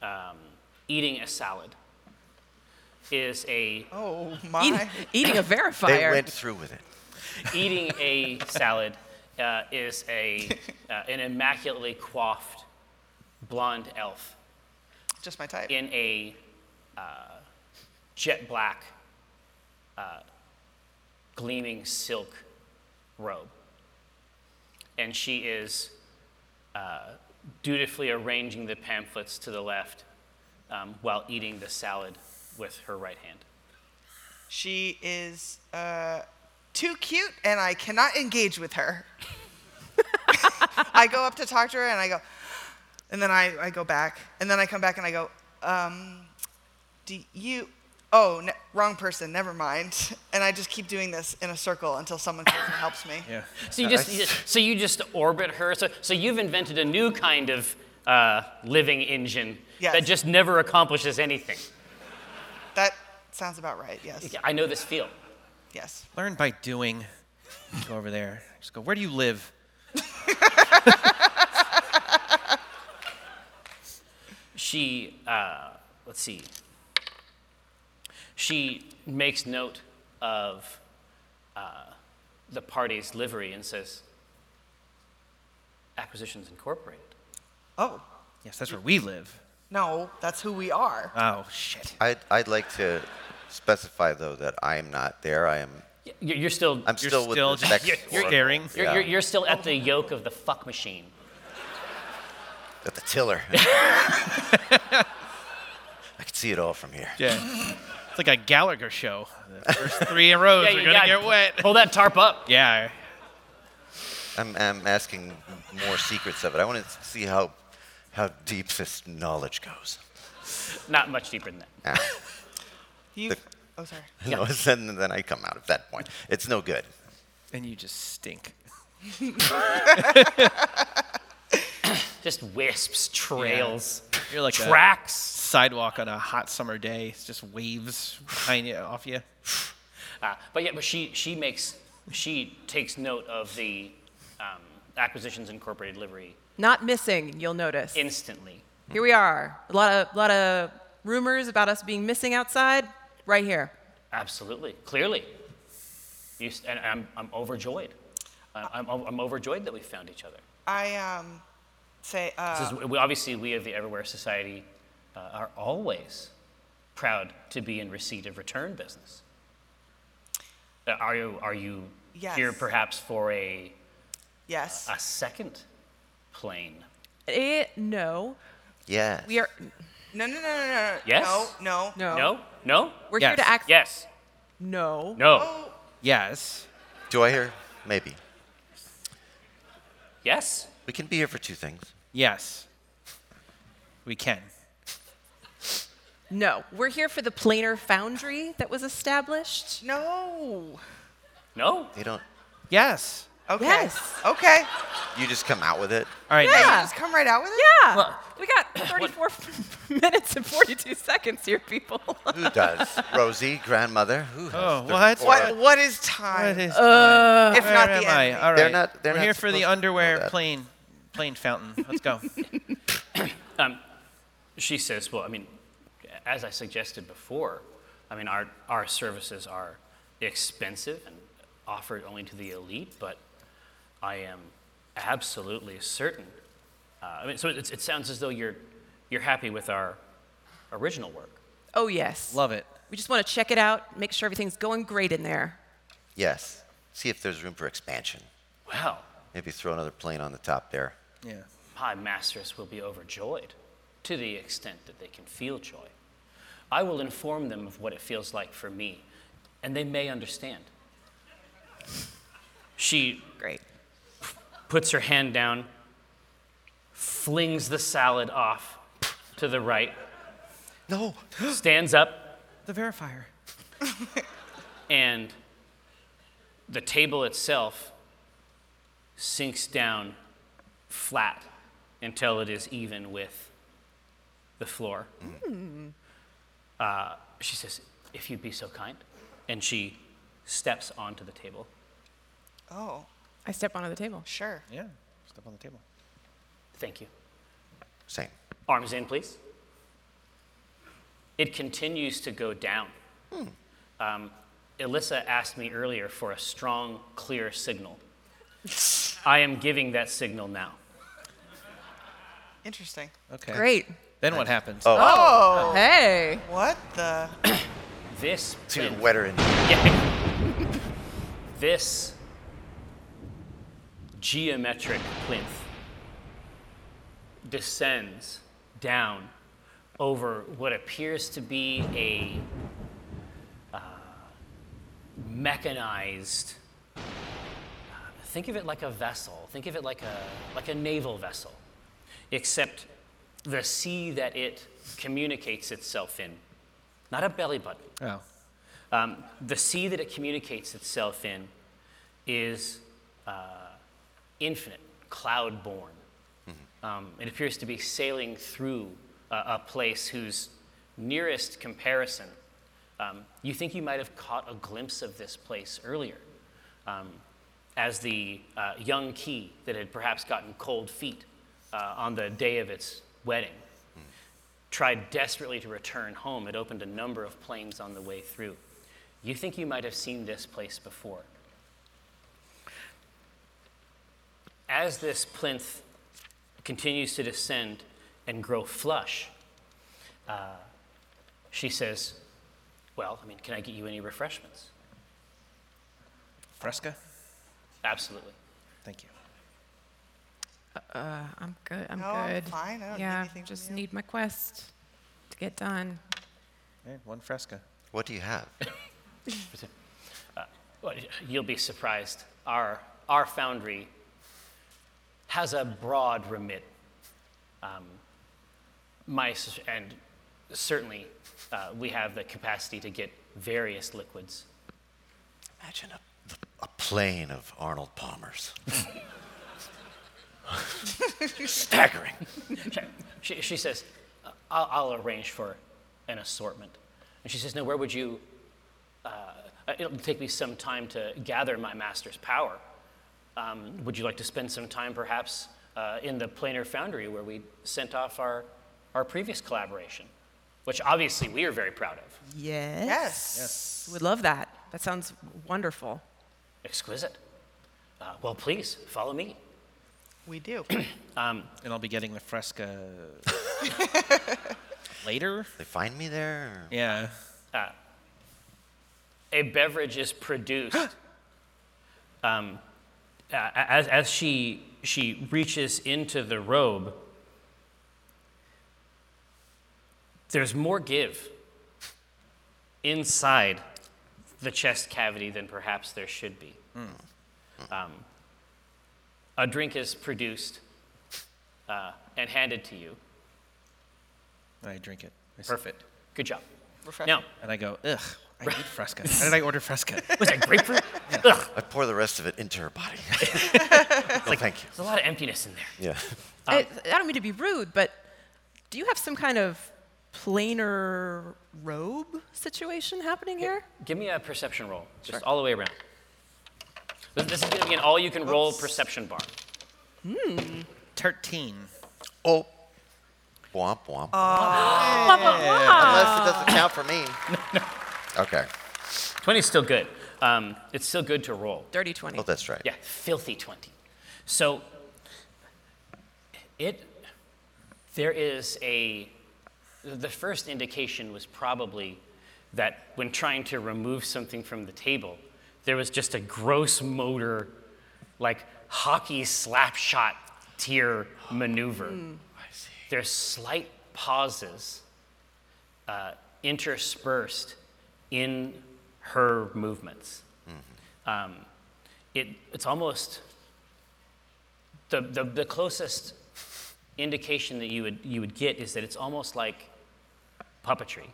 um, eating a salad, is a
Oh my.
Eating, eating a
They
verifier.
went through with it.
eating a salad uh, is a uh, an immaculately coiffed blonde elf
Just my type.
in a uh, jet black, uh, gleaming silk robe. And she is uh, dutifully arranging the pamphlets to the left um, while eating the salad with her right hand.
She is uh, too cute, and I cannot engage with her. I go up to talk to her, and I go, and then I, I go back, and then I come back, and I go, um, do you? Oh, ne- wrong person. Never mind. And I just keep doing this in a circle until someone comes and helps me.
Yeah.
So you just, you just- so you just orbit her. So, so you've invented a new kind of uh, living engine that
Yes.
just never accomplishes anything.
That sounds about right. Yes.
I know this feel.
Yes.
Learn by doing. Go over there. Just go. Where do you live?
she uh, let's see she makes note of uh, the party's livery and says acquisitions incorporated
Oh
Yes, that's where we live.
no, that's who we are.
Oh shit.
I'd, I'd like to specify, though, that I am not there. I am.
Y- you're, you're still
I'm
You're
still with
still
the
just-
sex
you're- you're
oracle.
staring.
you're,
Yeah.
you're, you're still at the yoke of the fuck machine
At the tiller. I can see it all from here.
Yeah. It's like a Gallagher show. The first three in rows are
you
gonna
gotta
get wet.
pull that tarp up
Yeah.
I'm, I'm asking more secrets of it. I want to see how, how deep this knowledge goes.
not much deeper than that
Ah,
You.
The-
Oh sorry.
no, then, then I come out at that point. It's no good.
And you just stink.
just wisps trails
You're like a
tracks
sidewalk on a hot summer day. It's just waves behind you, off you.
Uh, but yeah, but she she makes she takes note of the um, acquisitions incorporated livery
Not missing, you'll notice.
instantly.
here we are. A lot of, lot of rumors about us being missing outside, right here.
Absolutely, clearly. You, s- and I'm I'm overjoyed. Uh, I'm o- I'm overjoyed that we found each other.
I um say uh,
This is, we, obviously, we of the Everywhere Society uh, are always proud to be in receipt of return business. Uh, Are you, are you here
Yes.
perhaps for a,
Yes.
a second plane?
Eh, no,
Yes.
we are.
No, no, no, no, no.
Yes?
No,
No.
no.
No? No?
We're here
Yes.
to act.
Yes.
No.
No.
Yes.
Do I hear? Maybe.
Yes?
We can be here for two things.
Yes. We can.
No. We're here for the planar foundry that was established.
No.
No?
They don't.
Yes.
Okay.
Yes.
Okay.
You just come out with it.
All right.
Hey,
Now,
you just come right out with it?
Yeah. we got 34 minutes and 42 seconds here, people.
Who does? Rosie, grandmother. Who has?
Oh,
the-
what? What-
or-
What, what is
what
time?
is
Uh, if
where
not
am
the
I?
enemy.
All right.
They're not- they're
We're
not
here for
supposed
the
to know
underwear
that.
plane, plane fountain. Let's go.
Um, she says, well, I mean, as I suggested before, I mean, our, our services are expensive and offered only to the elite, but I am absolutely certain. Uh, I mean, so it, it sounds as though you're, you're happy with our original work.
oh, yes.
Love it.
We just want to check it out, make sure everything's going great in there.
Yes. See if there's room for expansion.
Wow,
Maybe throw another plane on the top there.
Yeah.
high masters will be overjoyed to the extent that they can feel joy. I will inform them of what it feels like for me, and they may understand. She
Great.
puts her hand down, flings the salad off to the right,
No.
stands up,
The verifier.
and the table itself sinks down flat until it is even with the floor.
Hmm.
Uh, she says, If you'd be so kind. And she steps onto the table.
Oh,
I step onto the table.
sure.
Yeah. Step on the table.
Thank you.
Same.
Arms in, please. It continues to go down. Um, Alyssa asked me earlier for a strong, clear signal. I am giving that signal now.
Interesting.
Okay.
Great.
Then what happens?
Oh,
Hey.
what the?
This
It's even
plane-
wetter in
Yeah. this geometric plinth descends down over what appears to be a uh, mechanized. uh, Think of it like a vessel. Think of it like a like a naval vessel, except the sea that it communicates itself in, not a belly button.
Oh.
Um, the sea that it communicates itself in is uh, infinite, cloud born. Um, it appears to be sailing through a, a place whose nearest comparison, um, you think you might have caught a glimpse of this place earlier um, as the uh, young key that had perhaps gotten cold feet uh, on the day of its wedding tried desperately to return home. It opened a number of planes on the way through. You think you might have seen this place before. As this plinth continues to descend and grow flush, uh, she says, Well, I mean, can I get you any refreshments?
Fresca.
Absolutely.
Thank you.
I'm good. I'm
No, I'm good. fine. I don't need Yeah, anything from just you.
need my quest to get done.
Hey, one fresca.
What do you have?
Well, you'll be surprised. Our, our foundry has a broad remit. Um, my, s- and certainly, uh, we have the capacity to get various liquids.
Imagine a, a plane of Arnold Palmer's. Staggering.
She, she says, I'll, I'll arrange for an assortment. And she says, No, where would you? Uh, it'll take me some time to gather my master's power. Um, would you like to spend some time perhaps uh, in the planar foundry where we sent off our, our previous collaboration, which obviously we are very proud of?
Yes.
Yes.
Would love that. That sounds wonderful.
Exquisite. Uh, well, please follow me.
We do.
And I'll be getting the fresca later.
They find me there.
Yeah.
Uh, a beverage is produced, um, a- a- as, as she, she reaches into the robe, there's more give inside the chest cavity than perhaps there should be. Um, a drink is produced uh, and handed to you.
And I drink it. I sip
Perfect.
it.
Good job.
Refreshing.
Now,
And I go, ugh, I need Fresca. How did I order Fresca?
was that grapefruit? Ugh,
I pour the rest of it into her body. no, thank you.
there's a lot of emptiness in there.
Yeah.
I, I don't mean to be rude, but do you have some kind of planar robe situation happening here?
Give me a perception roll, just all the way around. This, this is going to be an all you can roll perception bar.
13.
Oh. Womp womp.
Blah, blah, blah.
Unless it doesn't count for me. Okay.
20 is still good. Um, it's still good to roll.
Dirty 20.
Oh, that's right.
Yeah, filthy 20. So it there is a the first indication was probably that when trying to remove something from the table, there was just a gross motor like hockey slap shot tier maneuver. There's slight pauses uh, interspersed in her movements. Um, it, it's almost the, the, the closest indication that you would, you would get is that it's almost like puppetry.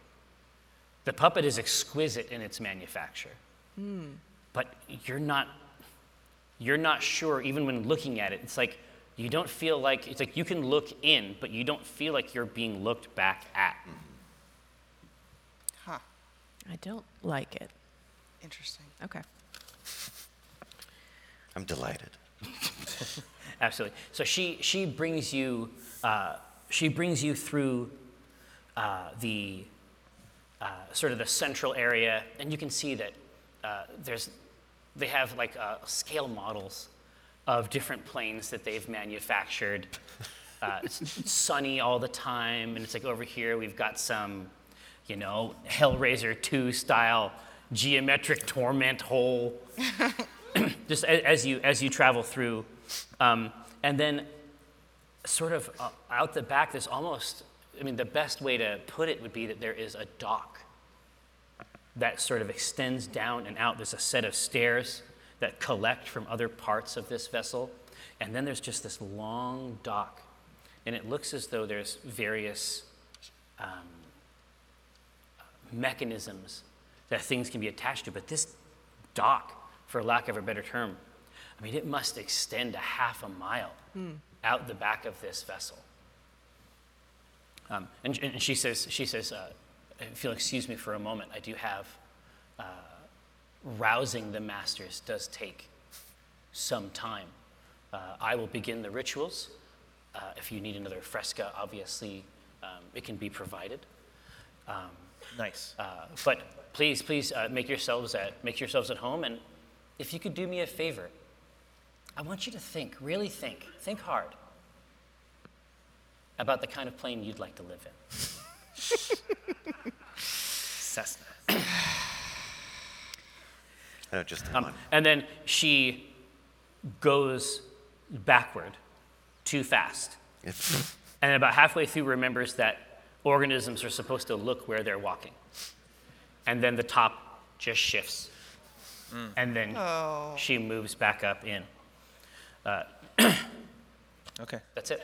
The puppet is exquisite in its manufacture, but you're not, you're not sure, even when looking at it. It's like you don't feel like, it's like you can look in, but you don't feel like you're being looked back at.
Huh.
I don't like it.
Interesting.
Okay.
I'm delighted.
Absolutely. So she she brings you uh, she brings you through uh, the uh, sort of the central area, and you can see that uh, there's they have like uh, scale models of different planes that they've manufactured. Uh, it's it's sunny all the time, and it's like over here we've got some, you know, Hellraiser 2 style geometric torment hole just a- as you as you travel through, um, and then sort of uh, out the back. There's almost, I mean, the best way to put it would be that there is a dock that sort of extends down and out. There's a set of stairs that collect from other parts of this vessel, and then there's just this long dock, and it looks as though there's various mechanisms that things can be attached to. But this dock, for lack of a better term, I mean, it must extend a half a mile out the back of this vessel. Um, and, and she says, she says, uh, if you'll excuse me for a moment, I do have uh, rousing the masters does take some time. Uh, I will begin the rituals. Uh, if you need another fresca, obviously, um, it can be provided.
Nice.
Uh, but please, please uh, make yourselves at make yourselves at home. And if you could do me a favor, I want you to think, really think, think hard about the kind of plane you'd like to live in.
Cessna.
No, just the one.
And then she goes backward too fast,
If-
and about halfway through remembers that organisms are supposed to look where they're walking, and then the top just shifts,
Hmm.
and then she moves back up in.
Okay.
That's it.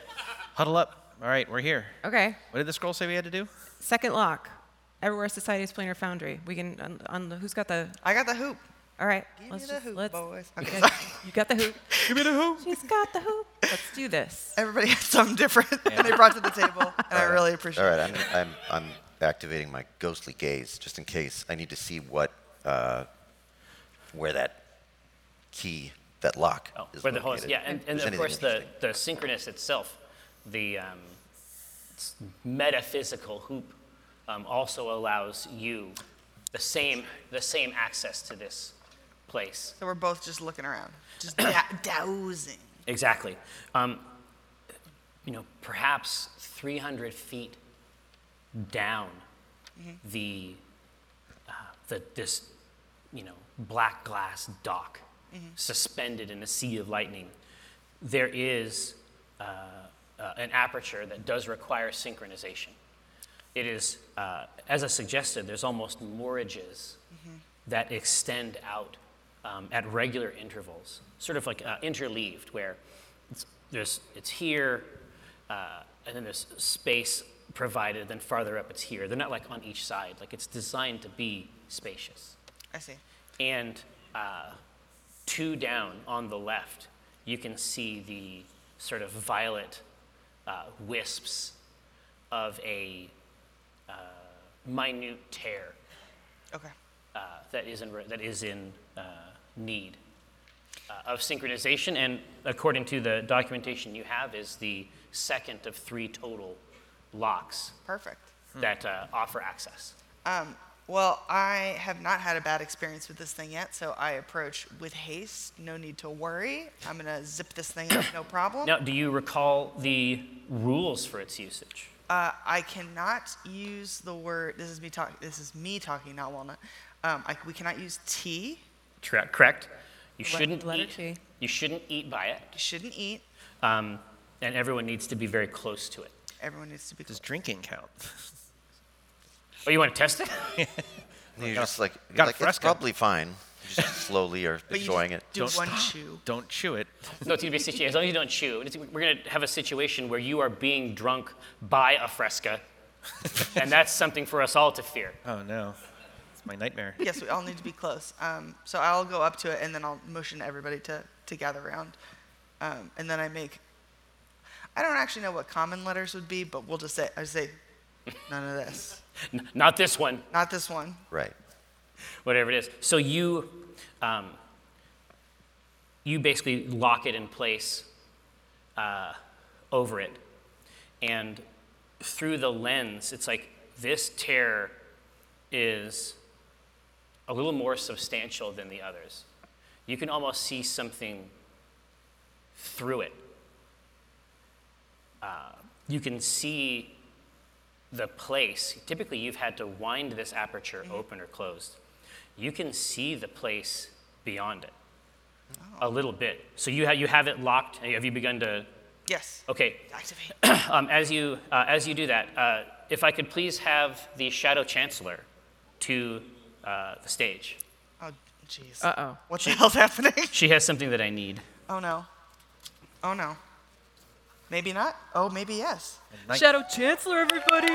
Huddle up. All right, we're here.
Okay.
What did the scroll say we had to do?
Second lock. Everywhere Society's Planar Foundry. We can, on, on the, who's got the,
I got the hoop.
all right.
Give
let's
me the
just,
hoop,
let's,
boys.
you
Okay.
got- you got the hoop.
Give me the hoop.
She's got the hoop. Let's do this.
Everybody had something different and they brought to the table, and I really appreciate
All
it.
right, I'm, I'm, I'm activating my ghostly gaze just in case I need to see what, uh, where that key, that lock
Oh,
is
where the
located.
hole is, yeah, and, and
If
of
anything
course the,
interesting.
the synchronous itself, the um, s- metaphysical hoop, um, also allows you the same the same access to this place.
So we're both just looking around, just da- dowsing.
Exactly. Um, you know, perhaps 300 feet down the, uh, the this you know, black glass dock suspended in a sea of lightning, there is uh, uh, an aperture that does require synchronization. It is, uh, as I suggested, there's almost moorages that extend out um, at regular intervals, sort of like uh, interleaved, where it's, there's, it's here, uh, and then there's space provided, then farther up it's here. They're not like on each side, like it's designed to be spacious
I see.
and uh, two down on the left, you can see the sort of violet uh, wisps of a uh, minute tear
Okay.
uh, that is in, that is in uh, need uh, of synchronization. And according to the documentation you have, is the second of three total locks
Perfect.
that uh, offer access.
Um, Well, I have not had a bad experience with this thing yet, so I approach with haste. No need to worry. I'm gonna zip this thing up, no problem.
Now, do you recall the rules for its usage?
Uh, I cannot use the word. This is me talking. This is me talking, not walnut. Um, I, we cannot use tea.
Tra- correct. You
Le-
shouldn't
letter
eat.
T.
You shouldn't eat by it,
You shouldn't eat.
um, and everyone needs to be very close to it.
Everyone needs to be.
Does drinking count?
Oh, you want to test it?
You're just like, you're
got a
like it's
fresco."
probably fine. You just slowly are
but you
enjoying
just
it.
Do
Don't
one
stop.
chew.
Don't chew it.
no, it's gonna be a situation. As long as you don't chew, it's- we're gonna have a situation where you are being drunk by a fresca, and that's something for us all to fear.
Oh no, it's my nightmare.
Yes, we all need to be close. Um, so I'll go up to it and then I'll motion everybody to to gather around, um, and then I make. I don't actually know what common letters would be, but we'll just say I say, none of this.
N- not this one.
Not this one.
Right.
whatever it is. So you, um, you basically lock it in place uh, over it, and through the lens, it's like this tear is a little more substantial than the others. You can almost see something through it. Uh, you can see the place, typically you've had to wind this aperture open or closed. You can see the place beyond it a little bit. So you, ha- you have it locked. Have you begun to?
Yes.
Okay.
Activate.
um, as, you, uh, as you do that, uh, if I could please have the Shadow Chancellor to uh, the stage.
Oh, jeez.
Uh-oh.
What the hell's happening?
She has something that I need.
Oh no. Oh no. Maybe not. Oh, maybe yes.
Night-
Shadow Chancellor, everybody!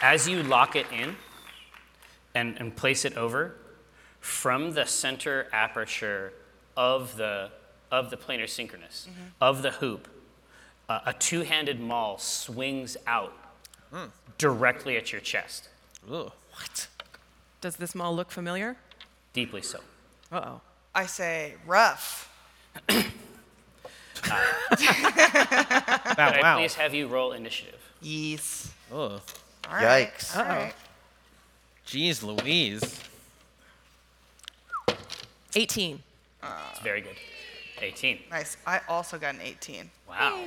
As you lock it in and, and place it over, from the center aperture of the, of the planar synchronous,
Mm-hmm.
of the hoop, uh, a two handed maul swings out directly at your chest,
Ooh.
Does this mall look familiar?
deeply so.
Uh-oh.
I say rough.
Wow.
Could I
wow.
please have you roll initiative?
Yes.
Oh,
All right.
Yikes.
All right.
jeez, Louise.
18.
It's very good. 18.
Nice. I also got an 18.
Wow.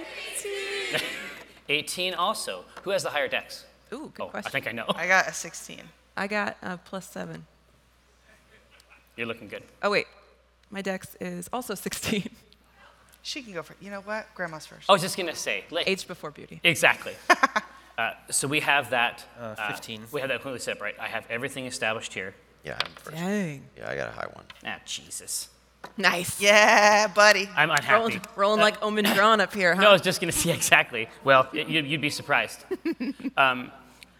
18 also. Who has the higher dex?
Ooh, good
Oh, I
question.
think I know.
I got a 16.
I got uh, plus seven.
You're looking good.
Oh, wait. My dex is also 16.
She can go for. You know what? Grandma's first.
I was just going to say, like,
Age before beauty.
Exactly. uh, so we have that.
Uh, 15.
we have that completely set up, right? I have everything established here.
Yeah, I'm first.
Dang.
Yeah, I got a high one.
Ah, Jesus.
Nice.
Yeah, buddy.
I'm unhappy.
Rolling, rolling like Omendron up here, huh?
No, I was just going to see exactly. Well, y- you, you'd be surprised. um,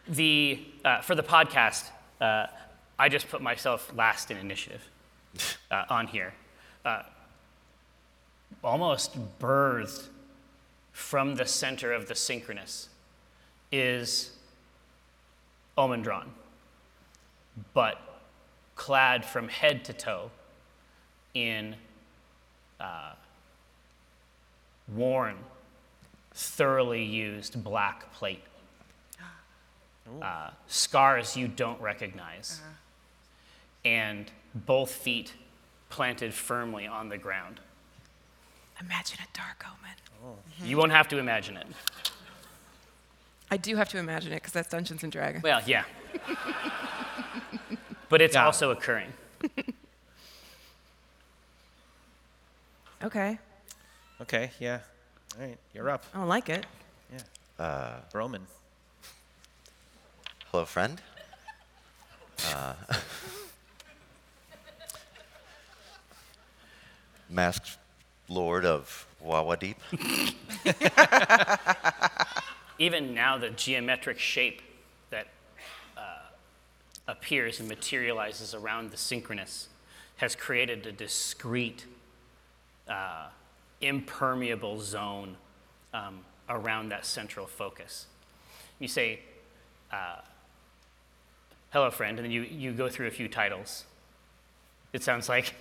the, uh, for the podcast, uh, I just put myself last in initiative uh, on here. Uh, almost birthed from the center of the synchronous is Omendron, but clad from head to toe in uh, worn, thoroughly used black plate. Uh, scars you don't recognize. And both feet planted firmly on the ground.
Imagine a dark omen.
You won't have to imagine it.
I do have to imagine it because that's Dungeons and Dragons.
Well, yeah. but it's
Yeah.
also occurring.
Okay,
Okay, yeah. All right, you're up.
I don't like it.
Roman.
Hello, friend. Uh, masked lord of Wawa Deep.
Even now, the geometric shape that uh, appears and materializes around the synchronous has created a discrete, uh, impermeable zone um, around that central focus. You say, uh, Hello, friend, and then you, you go through a few titles. It sounds like.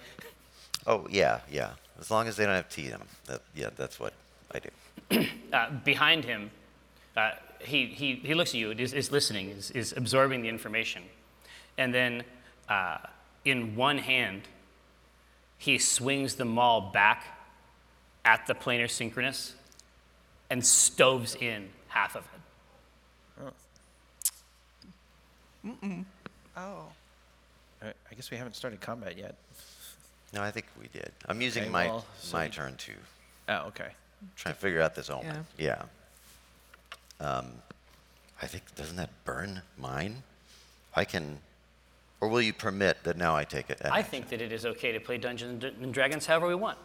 Oh, yeah, yeah. As long as they don't have tea in them. That, yeah, that's what I do.
uh, behind him, uh, he, he, he looks at you, is, is listening, is, is absorbing the information. And then uh, in one hand, he swings the maul back at the planar synchronous and stoves in half of it.
Oh.
All right, I guess we haven't started combat yet.
No, I think we did. I'm using
Okay,
my,
well, so
my
you-
turn to
Oh, okay.
try and figure out this omen. Yeah. Um, I think, doesn't that burn mine? I can, or will you permit that now I take it?
I think that it is okay to play Dungeons and Dragons however we want.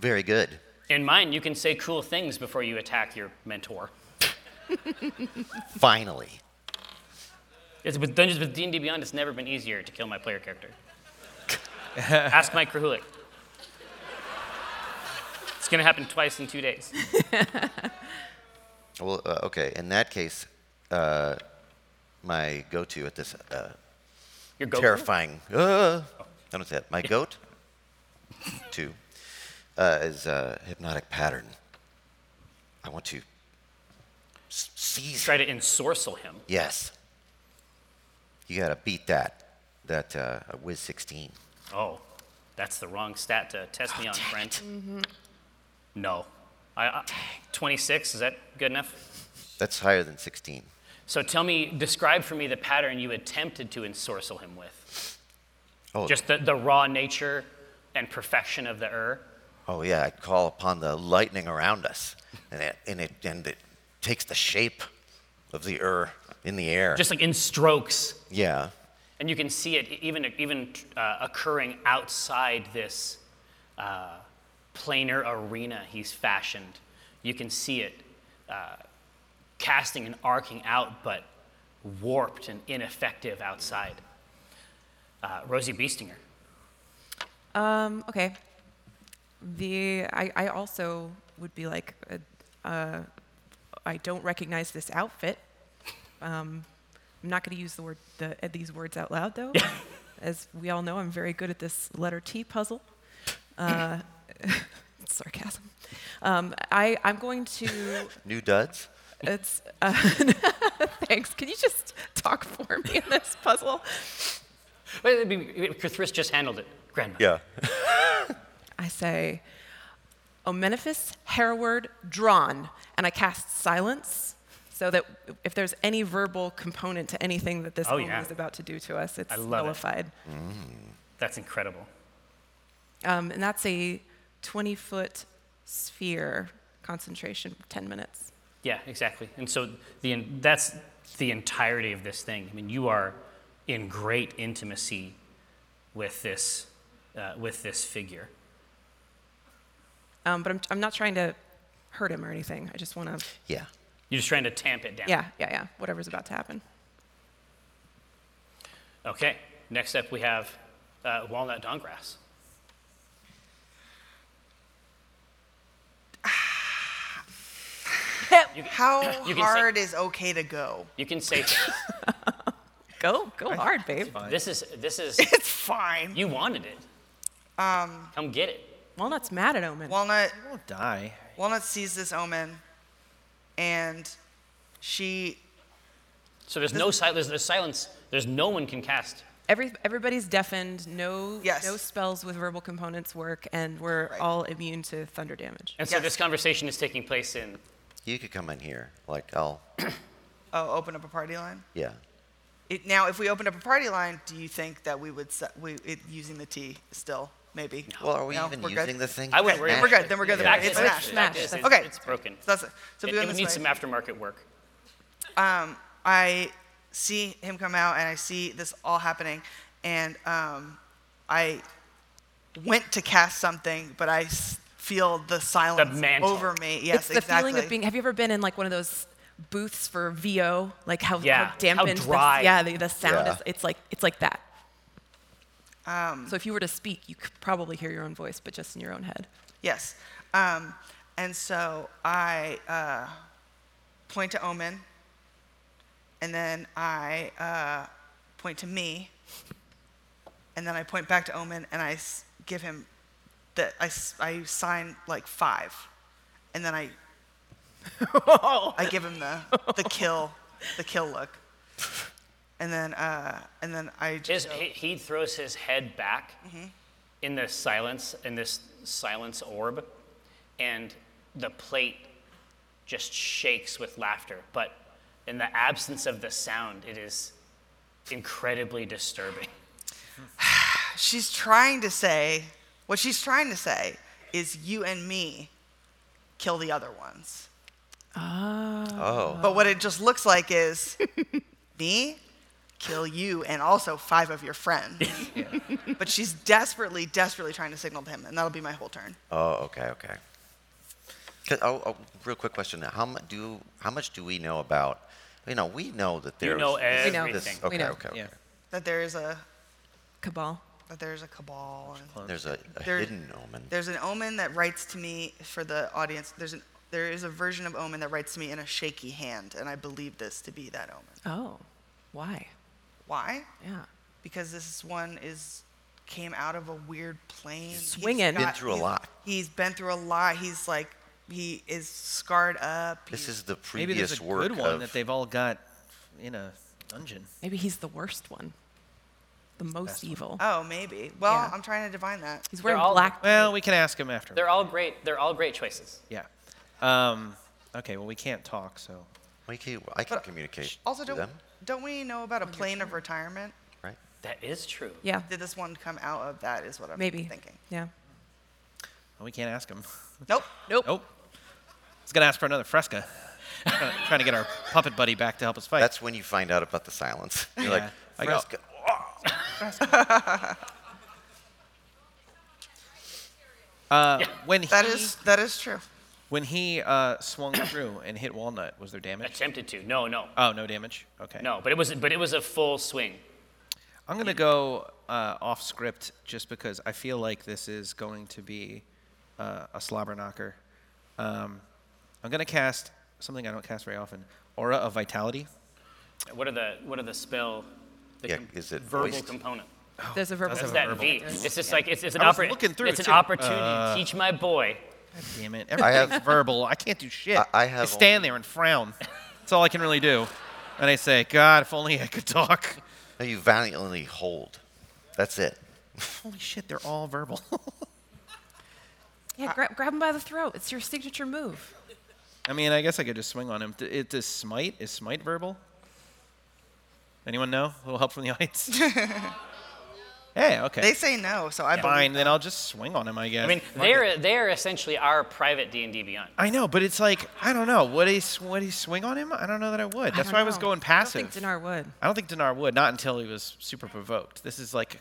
Very good.
In mine, you can say cool things before you attack your mentor.
Finally.
It's with Dungeons with D&D Beyond, it's never been easier to kill my player character. Ask Mike Krahulik. It's gonna happen twice in two days.
Well, uh, okay. In that case, uh, my go-to at this uh,
You're Goku.
terrifying. Uh, I don't say that. My goat. two uh, is uh, hypnotic pattern. I want to s- seize.
Try to ensorcel him.
Yes. You gotta beat that. That uh, whiz 16.
Oh, that's the wrong stat to test me on, friend. Mm-hmm. No. I, I, 26, is that good enough?
That's higher than 16.
So tell me, describe for me the pattern you attempted to ensorcel him with.
Oh,
Just the, the raw nature and perfection of the Ur.
oh yeah. I call upon the lightning around us, and it and it and it takes the shape of the Ur in the air.
Just like in strokes.
yeah.
And you can see it e-, even, even uh, occurring outside this uh, planar arena he's fashioned. You can see it uh, casting and arcing out, but warped and ineffective outside. Uh, Rosie Beestinger.
Um, okay. The I, I also would be like, uh, uh, I don't recognize this outfit. Um, I'm not going to use the word the, uh, these words out loud though, as we all know, I'm very good at this letter T puzzle. Uh, sarcasm. Um, I I'm going to.
New duds.
It's uh, thanks. Can you just talk for me in this puzzle?
Wait, it'd be- Krithris just handled it. Grandma.
Yeah.
I say, Omeniphus, Hereward, Drawn. And I cast silence so that if there's any verbal component to anything that this
Oh,
woman
yeah.
is about to do to us, it's
I love it.
nullified.
That's incredible.
Um, and that's a 20 foot sphere concentration, 10 minutes.
Yeah, exactly. And so the en- that's the entirety of this thing. I mean, you are in great intimacy with this uh, with this figure.
Um, but I'm, I'm not trying to hurt him or anything. I just want to,
Yeah.
You're just trying to tamp it down.
yeah, yeah, yeah, whatever's about to happen.
Okay. Next up, we have uh, walnut dongrass.
How
You can say-
hard is okay to go?
You can say
Go, go hard, babe.
this is this is
It's fine.
you wanted it. Um, Come get it.
Walnut's mad at Omen.
Walnut
I won't die.
Walnut sees this omen and she
So there's no silence. There's, there's silence. There's no one can cast.
Every, everybody's deafened. No,
Yes.
no spells with verbal components work, and we're
Right.
all immune to thunder damage.
And so
Yes.
this conversation is taking place in
You could come in here. Like I'll
Oh, open up a party line.
Yeah.
It, now, if we opened up a party line, do you think that we would se- we it, using the T still? Maybe.
Well, are we
No,
even
we're
using
good?
the thing?
I wouldn't
Okay,
worry
we're
about
good. Then we're good.
The
Then
fact
we're
is,
good. It's
it's,
smashed.
smashed.
it's,
Smashed.
Okay.
it's broken.
So that's it. So
it
we go
it
this
needs
way.
some aftermarket work.
I see him come out and I see this all happening. And um, I went to cast something, but I s- feel the silence
mantle.
over me. Yes,
it's the
exactly.
feeling of being. Have you ever been in like one of those booths for VO? Like how,
Yeah,
how
how
dampened. the-
dry.
yeah, the, the sound
Yeah.
is. It's like it's like that.
Um,
so if you were to speak, you could probably hear your own voice, but just in your own head.
Yes. Um, and so I uh, point to Omen, and then I uh, point to me, and then I point back to Omen, and I s- give him the I, s- I sign like five, and then I I give him the the kill the kill look, and then uh, and then I just
Just, he, he throws his head back in the silence, in this silence orb, and the plate just shakes with laughter. But in the absence of the sound, it is incredibly disturbing.
she's trying to say, what she's trying to say is you and me kill the other ones.
Oh.
But what it just looks like is me kill you and also five of your friends. But she's desperately, desperately trying to signal to him, and that'll be my whole turn.
Oh, okay, okay. 'Cause- Oh, oh, real quick question. How much do how much do we know about? You know, we know that
You
there's
know
this-
We know.
everything.
This,
We
okay,
know.
okay, okay.
Yeah.
That there is a
Cabal.
that there's a cabal and
There's a, a
There-
hidden omen.
there's an omen that writes to me for the audience. There's an there is a version of omen that writes to me in a shaky hand, and I believe this to be that omen.
Oh, why?
Why?
Yeah.
because this one is came out of a weird plane. He's
Swinging.
Been through a
he's-
lot.
He's been through a lot. He's like he is scarred up.
This
He's-
is the
Maybe
previous
there's a
work
good one
of
that they've all got in a dungeon.
Maybe he's the worst one, the most evil.
oh maybe. Well,
Yeah.
I'm trying to divine that.
He's
They're
wearing
all-
black.
Well, we can ask him after.
They're all great. They're all great choices.
yeah. Um, okay. Well, we can't talk, so
We can, I can communicate.
Also,
to
don't
them,
don't we know about a plane of retirement?
right?
That is true.
Yeah,
Did this one come out of that? Is what I'm
maybe.
thinking.
Yeah.
we can't ask him.
Nope.
Nope.
Nope. He's gonna ask for another fresca. trying, to, trying to get our puppet buddy back to help us fight.
That's when you find out about the silence. You're
Yeah. I
like,
go-
Fresca.
uh, when he
That is that is true.
when he uh, swung through and hit Walnut. Was there damage?
Attempted to. No, no,
Oh, no damage. Okay.
no. But it was. But it was a full swing.
I'm
Mm.
gonna go uh, off script just because I feel like this is going to be uh, a slobber knocker. Um, I'm gonna cast something I don't cast very often: Aura of Vitality.
What are the What are the spell? The
Yeah, is it
verbal
voiced?
component?
There's a verbal.
does
It's
have
that
verbal.
V. It's just like it's, it's an
I was
oppor-
looking through
It's an
too. Uh,
opportunity to teach my boy.
Damn it! Everything's
have-
verbal. I can't do shit.
I- I have
stand there and frown. That's all I can really do. And I say, God, if only I could talk.
No, you valiantly hold. That's it.
Holy shit, they're all verbal.
Yeah, grab, grab him by the throat. It's your signature move.
I mean, I guess I could just swing on him. D- It, does smite? Is smite verbal? Anyone know? A little help from the audience. hey, okay.
They say no, so I believe
Fine, then I'll just swing on him, I guess.
I mean,
Fuck it.
they're they're essentially our private D and D Beyond.
I know, but it's like I don't know. Would he sw- would he swing on him? I don't know that I would. That's
don't
why I was
know.
going passive.
I don't think Dinar would.
I don't think Dinar would. Not until he was super provoked. This is like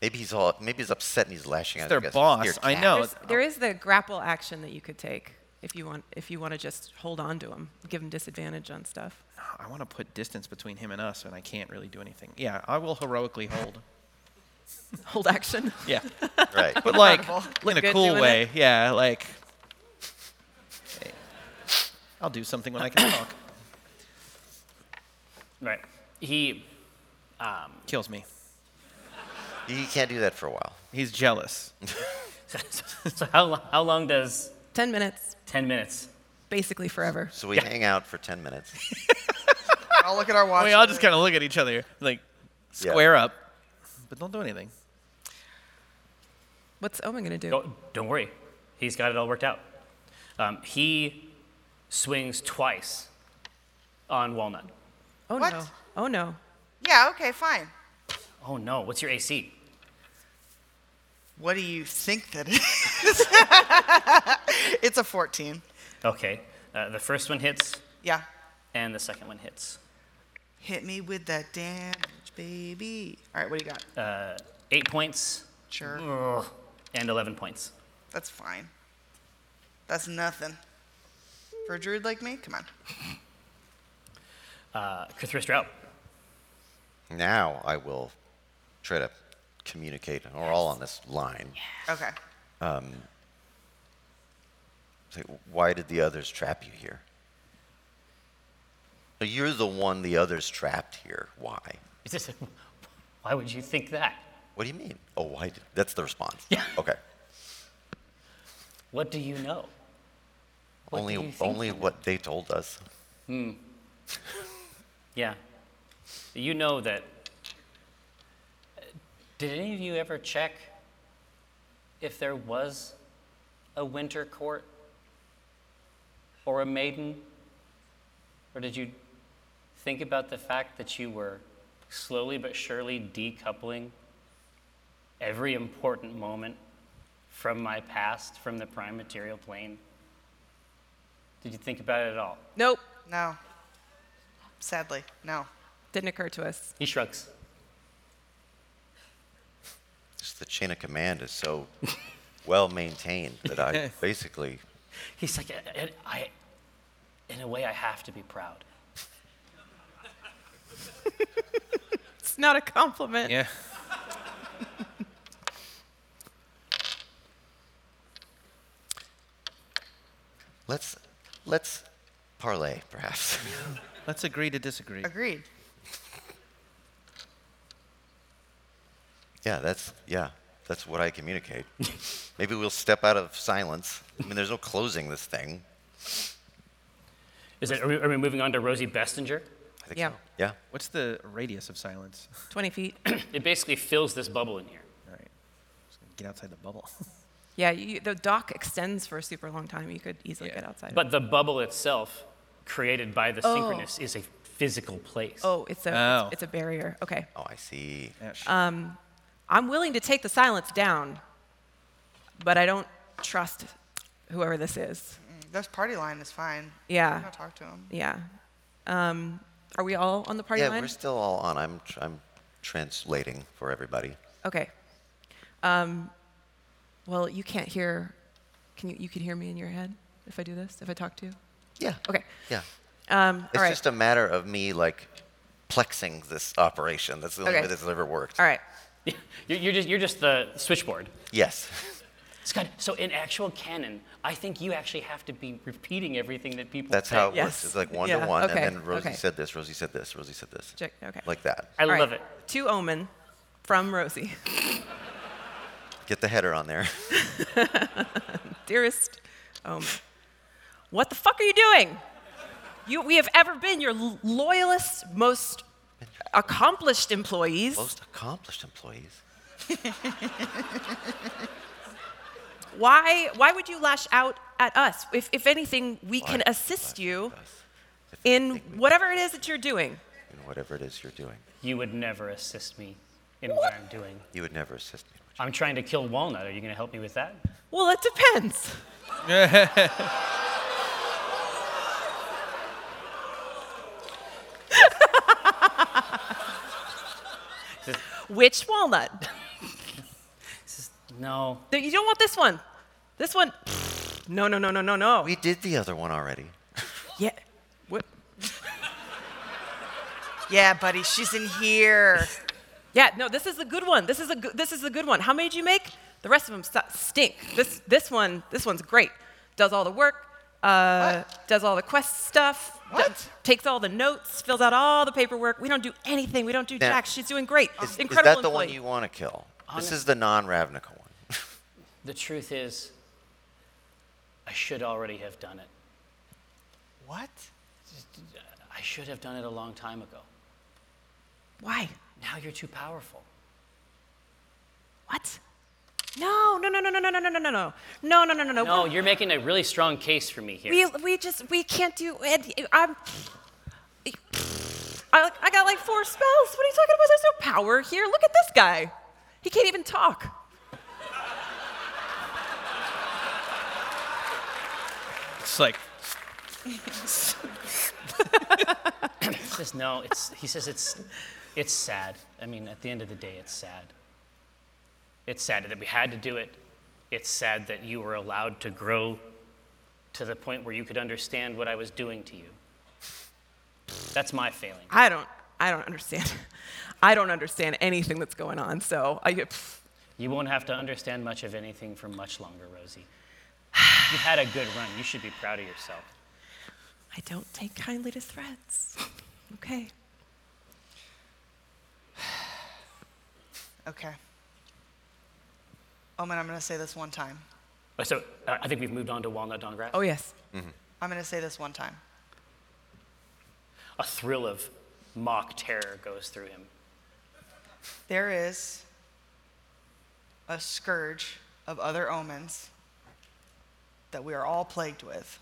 Maybe he's all. Maybe he's upset and he's lashing out.
their
at you guys.
boss.
Here,
I
cat.
know.
There's, there is the grapple action that you could take if you want. If you want to just hold on to him, give him disadvantage on stuff.
I want to put distance between him and us, and I can't really do anything. Yeah, I will heroically hold.
Hold action.
Yeah,
Right.
but like
Look
in a
good
cool
doing
way. Yeah, like hey, I'll do something when I can talk.
Right. He
Kills me.
you can't do that for a while.
He's jealous.
so how, lo- how long does
Ten minutes,
10 minutes?
basically forever.
So we hang out for 10 minutes.
I'll look at our watch.
We all just kind of look at each other, like
Yeah.
square up, but don't do anything.
What's Omen gonna do?
Don't, don't worry. He's got it all worked out. Um, he swings twice on Walnut.
Oh
What?
no. Oh no.
Yeah, okay, fine.
Oh no, what's your AC?
What do you think that it is? it's a 14.
Okay, uh, the first one hits,
Yeah.
and the second one hits.
Hit me with that damage, baby. All right, what do you got?
Eight points
sure.
ugh, and 11 points.
That's fine. That's nothing. For a druid like me? Come on.
Uh, Krithris Drought.
Now I will try to communicate. We're all on this line.
Okay.
Say, why did the others trap you here? You're the one the others trapped here. Why?
Is this why would you think that?
What do you mean? Oh, why? Did, that's the response. Yeah. Okay.
What do you know? What do you
only
think
only what they told us.
Yeah. You know that. Did any of you ever check if there was a winter court or a maiden? Or did you think about the fact that you were slowly but surely decoupling every important moment from my past, from the prime material plane? Did you think about it at all?
Nope.
No. Sadly, no.
Didn't occur to us.
He shrugs.
Just the chain of command is so well maintained that I basically
He's like, "I- I, I, in a way, I have to be proud.
It's not a compliment.
Yeah.
let's let's parlay perhaps.
Let's agree to disagree.
Agreed.
yeah, that's yeah, that's what I communicate. Maybe we'll step out of silence. I mean, there's no closing this thing.
Is it, are, we, are we moving on to Rosie Bestinger?
I think
Yeah.
so. Yeah.
What's the radius of silence?
20 feet.
It basically fills this bubble in here.
All right. Just gonna get outside the bubble.
yeah. You, the dock extends for a super long time. You could easily
Yeah.
get outside. of it.
But the bubble itself, created by the synchronous, is a physical place.
oh, it's a
Oh.
it's a barrier. Okay.
Oh, I see.
Yeah, sh-
I'm willing to take the silence down, but I don't trust whoever this is.
This party line is fine.
Yeah.
I'm gonna talk to him.
Yeah. Um, are we all on the party
Yeah,
line?
we're still all on. I'm tr- I'm translating for everybody.
okay. Um, well, you can't hear. Can you? You can hear me in your head if I do this. If I talk to you.
Yeah.
Okay.
Yeah.
Um,
It's
all right.
just a matter of me like plexing this operation. That's the only
Okay.
way this has ever worked.
all right.
You're, you're, just, you're just the switchboard.
Yes.
Scott, so in actual canon, I think you actually have to be repeating everything that people
That's
say.
how it
Yes.
works. It's like one
Yeah.
to one,
Okay.
and then Rosie
Okay.
said this, Rosie said this, Rosie said this,
Check- okay.
like that.
I
All right.
love it.
To Omen from Rosie.
Get the header on there.
Dearest Omen, what the fuck are you doing? You, we have ever been your l- loyalist, most accomplished employees.
Most accomplished employees.
Why, why would you lash out at us? If, if anything, we can
Why-
assist
why
you
us? If they
in
think we-
whatever it is that you're doing.
in whatever it is you're doing.
You would never assist me in what, I'm doing.
You would never assist me. would you?
I'm trying to kill Walnut. Are you going to help me with that?
Well, it depends. Which walnut?
No.
No, You don't want this one. This one. No, no, no, no, no, no.
We did the other one already.
Yeah. What?
Yeah, buddy, she's in here.
Yeah. No, this is a good one. This is a good, this is a good one. How many did you make? The rest of them st- stink. This this one this one's great. Does all the work. Uh, does all the quest stuff. d-
What?
takes all the notes. Fills out all the paperwork. We don't do anything. We don't do
Now-
jack. She's doing great.
Is, is
Oh, Incredible
that the
employee.
one you want to kill? This is the non-Ravnica one.
The truth is, I should already have done it.
What?
I should have done it a long time ago.
Why?
Now you're too powerful.
What? No, no, no, no, no, no, no, no, no, no, no, no, no, no, no, no.
No,
We're-
you're making a really strong case for me here.
We, we just we can't do. Ed, I'm. I, I got like four spells. What are you talking about? There's no power here. Look at this guy. He can't even talk.
It's like,
He says no. It's he says it's it's sad. I mean, at the end of the day, it's sad. It's sad that we had to do it. It's sad that you were allowed to grow to the point where you could understand what I was doing to you. That's my failing.
I don't. I don't understand. I don't understand anything that's going on. So I. Pff,
You won't have to understand much of anything for much longer, Rosie. You've had a good run. You should be proud of yourself.
I don't take kindly to threats. Okay.
Okay. Oh man, I'm gonna say this one time.
Uh, So uh, I think we've moved on to Walnut Don Grass.
Oh yes.
I'm gonna say this one time.
A thrill of mock terror goes through him.
There is a scourge of other omens that we are all plagued with.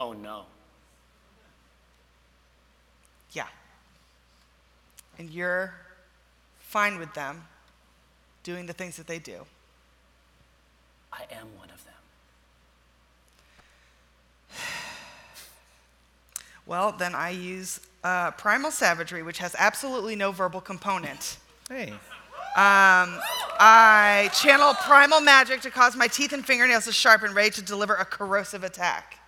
Oh no.
Yeah. And you're fine with them doing the things that they do.
I am one of them.
Well, then I use uh, Primal Savagery, which has absolutely no verbal component.
hey,
I channel primal magic to cause my teeth and fingernails to sharpen, ready to deliver a corrosive attack.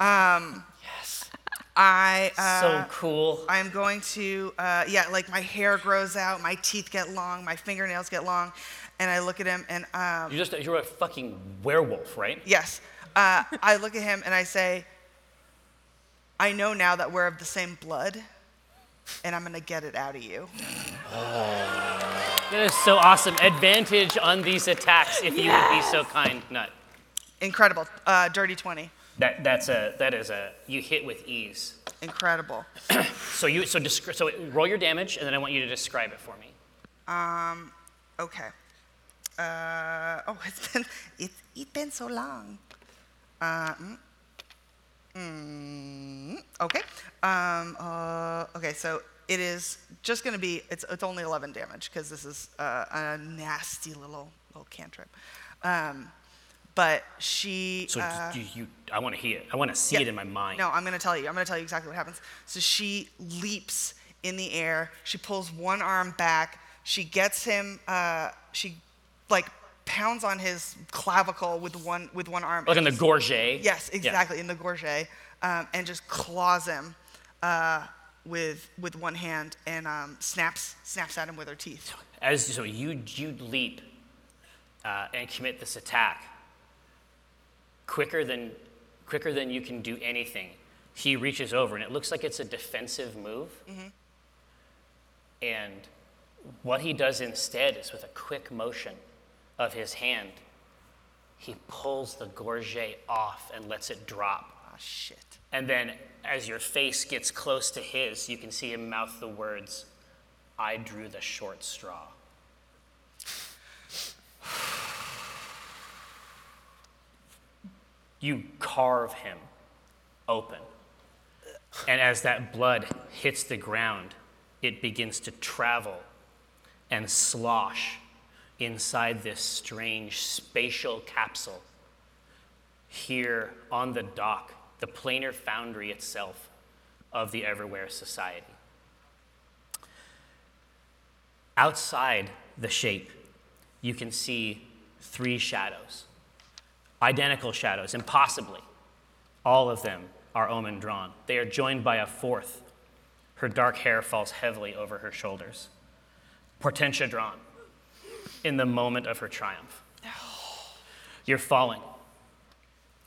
um, yes. I. Uh,
so cool.
I'm going to, uh, yeah, like my hair grows out, my teeth get long, my fingernails get long, and I look at him and, um,
You just you're a fucking werewolf, right?
yes, uh, I look at him and I say, I know now that we're of the same blood, and I'm gonna get it out of you.
That is so awesome. Advantage on these attacks if you would be so kind. Nut.
Incredible. Uh, dirty 20.
That that's a that is a you hit with ease.
Incredible.
So you so descri- so roll your damage and then I want you to describe it for me.
Okay. Uh, oh, it's been, it's, it's been so long. Uh, mm, mm, okay. Um, uh, okay, so it is just going to be, it's, it's only 11 damage because this is uh, a nasty little, little cantrip. Um, but she.
So
uh,
you, you I want to hear it. I want to see it
yeah.
in my mind.
No, I'm going to tell you. I'm going to tell you exactly what happens. So she leaps in the air. She pulls one arm back. She gets him. Uh, she like pounds on his clavicle with one with one arm.
Like in the
Just-
gorget.
Yes,
Yeah.
exactly in the gorget, um, and just claws him uh, with with one hand and um, snaps snaps at him with her teeth.
As so you you leap uh, and commit this attack quicker than quicker than you can do anything. He reaches over and it looks like it's a defensive move. And what he does instead is with a quick motion of his hand, he pulls the gorget off and lets it drop.
Oh shit.
And then, as your face gets close to his, you can see him mouth the words, I drew the short straw. You carve him open. And as that blood hits the ground, it begins to travel and slosh inside this strange spatial capsule here on the dock, the planar foundry itself of the Everywhere Society. Outside the shape, you can see three shadows, identical shadows, impossibly. All of them are omen drawn. They are joined by a fourth. Her dark hair falls heavily over her shoulders. Portentia drawn in the moment of her triumph. You're falling.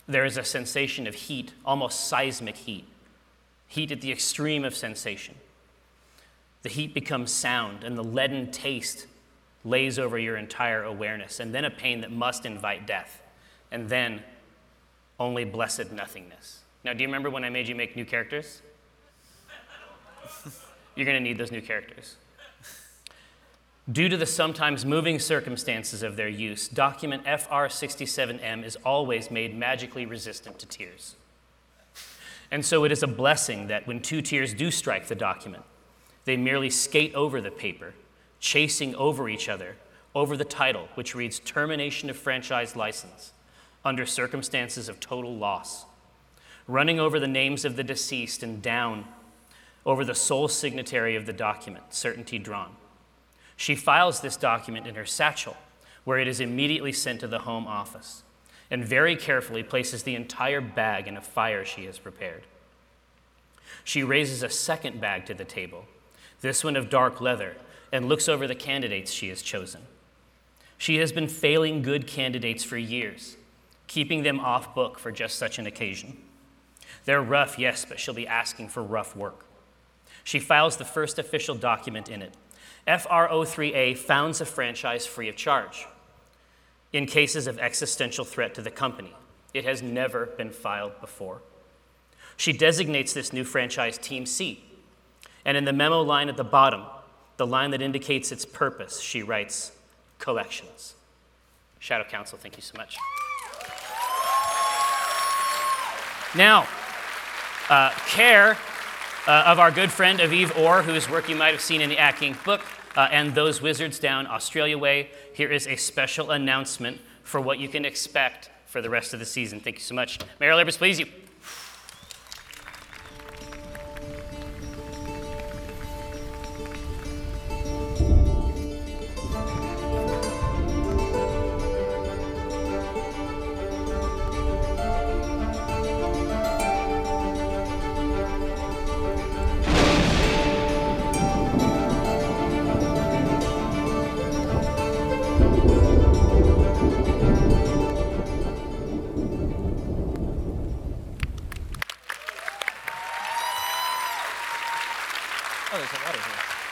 There is a sensation of heat, almost seismic heat, heat at the extreme of sensation. The heat becomes sound, and the leaden taste lays over your entire awareness, and then a pain that must invite death, and then only blessed nothingness. Now, do you remember when I made you make new characters? You're going to need those new characters. Due to the sometimes moving circumstances of their use, document FR67M is always made magically resistant to tears. And so it is a blessing that when two tears do strike the document, they merely skate over the paper, chasing over each other, over the title, which reads Termination of Franchise License under circumstances of total loss, running over the names of the deceased and down over the sole signatory of the document, Certainty Drawn. She files this document in her satchel, where it is immediately sent to the home office, and very carefully places the entire bag in a fire she has prepared. She raises a second bag to the table, this one of dark leather, and looks over the candidates she has chosen. She has been failing good candidates for years, keeping them off book for just such an occasion. They're rough, yes, but she'll be asking for rough work. She files the first official document in it. FR03A founds a franchise free of charge in cases of existential threat to the company. It has never been filed before. She designates this new franchise Team C. And in the memo line at the bottom, the line that indicates its purpose, she writes collections. Shadow Council, thank you so much. Now, uh, care uh, of our good friend Aviv Orr, whose work you might have seen in the Ack Inc. book, uh, and Those Wizards Down Australia Way, here is a special announcement for what you can expect for the rest of the season. Thank you so much. Mayor Libers, please you.
Oh, there's a lot of here.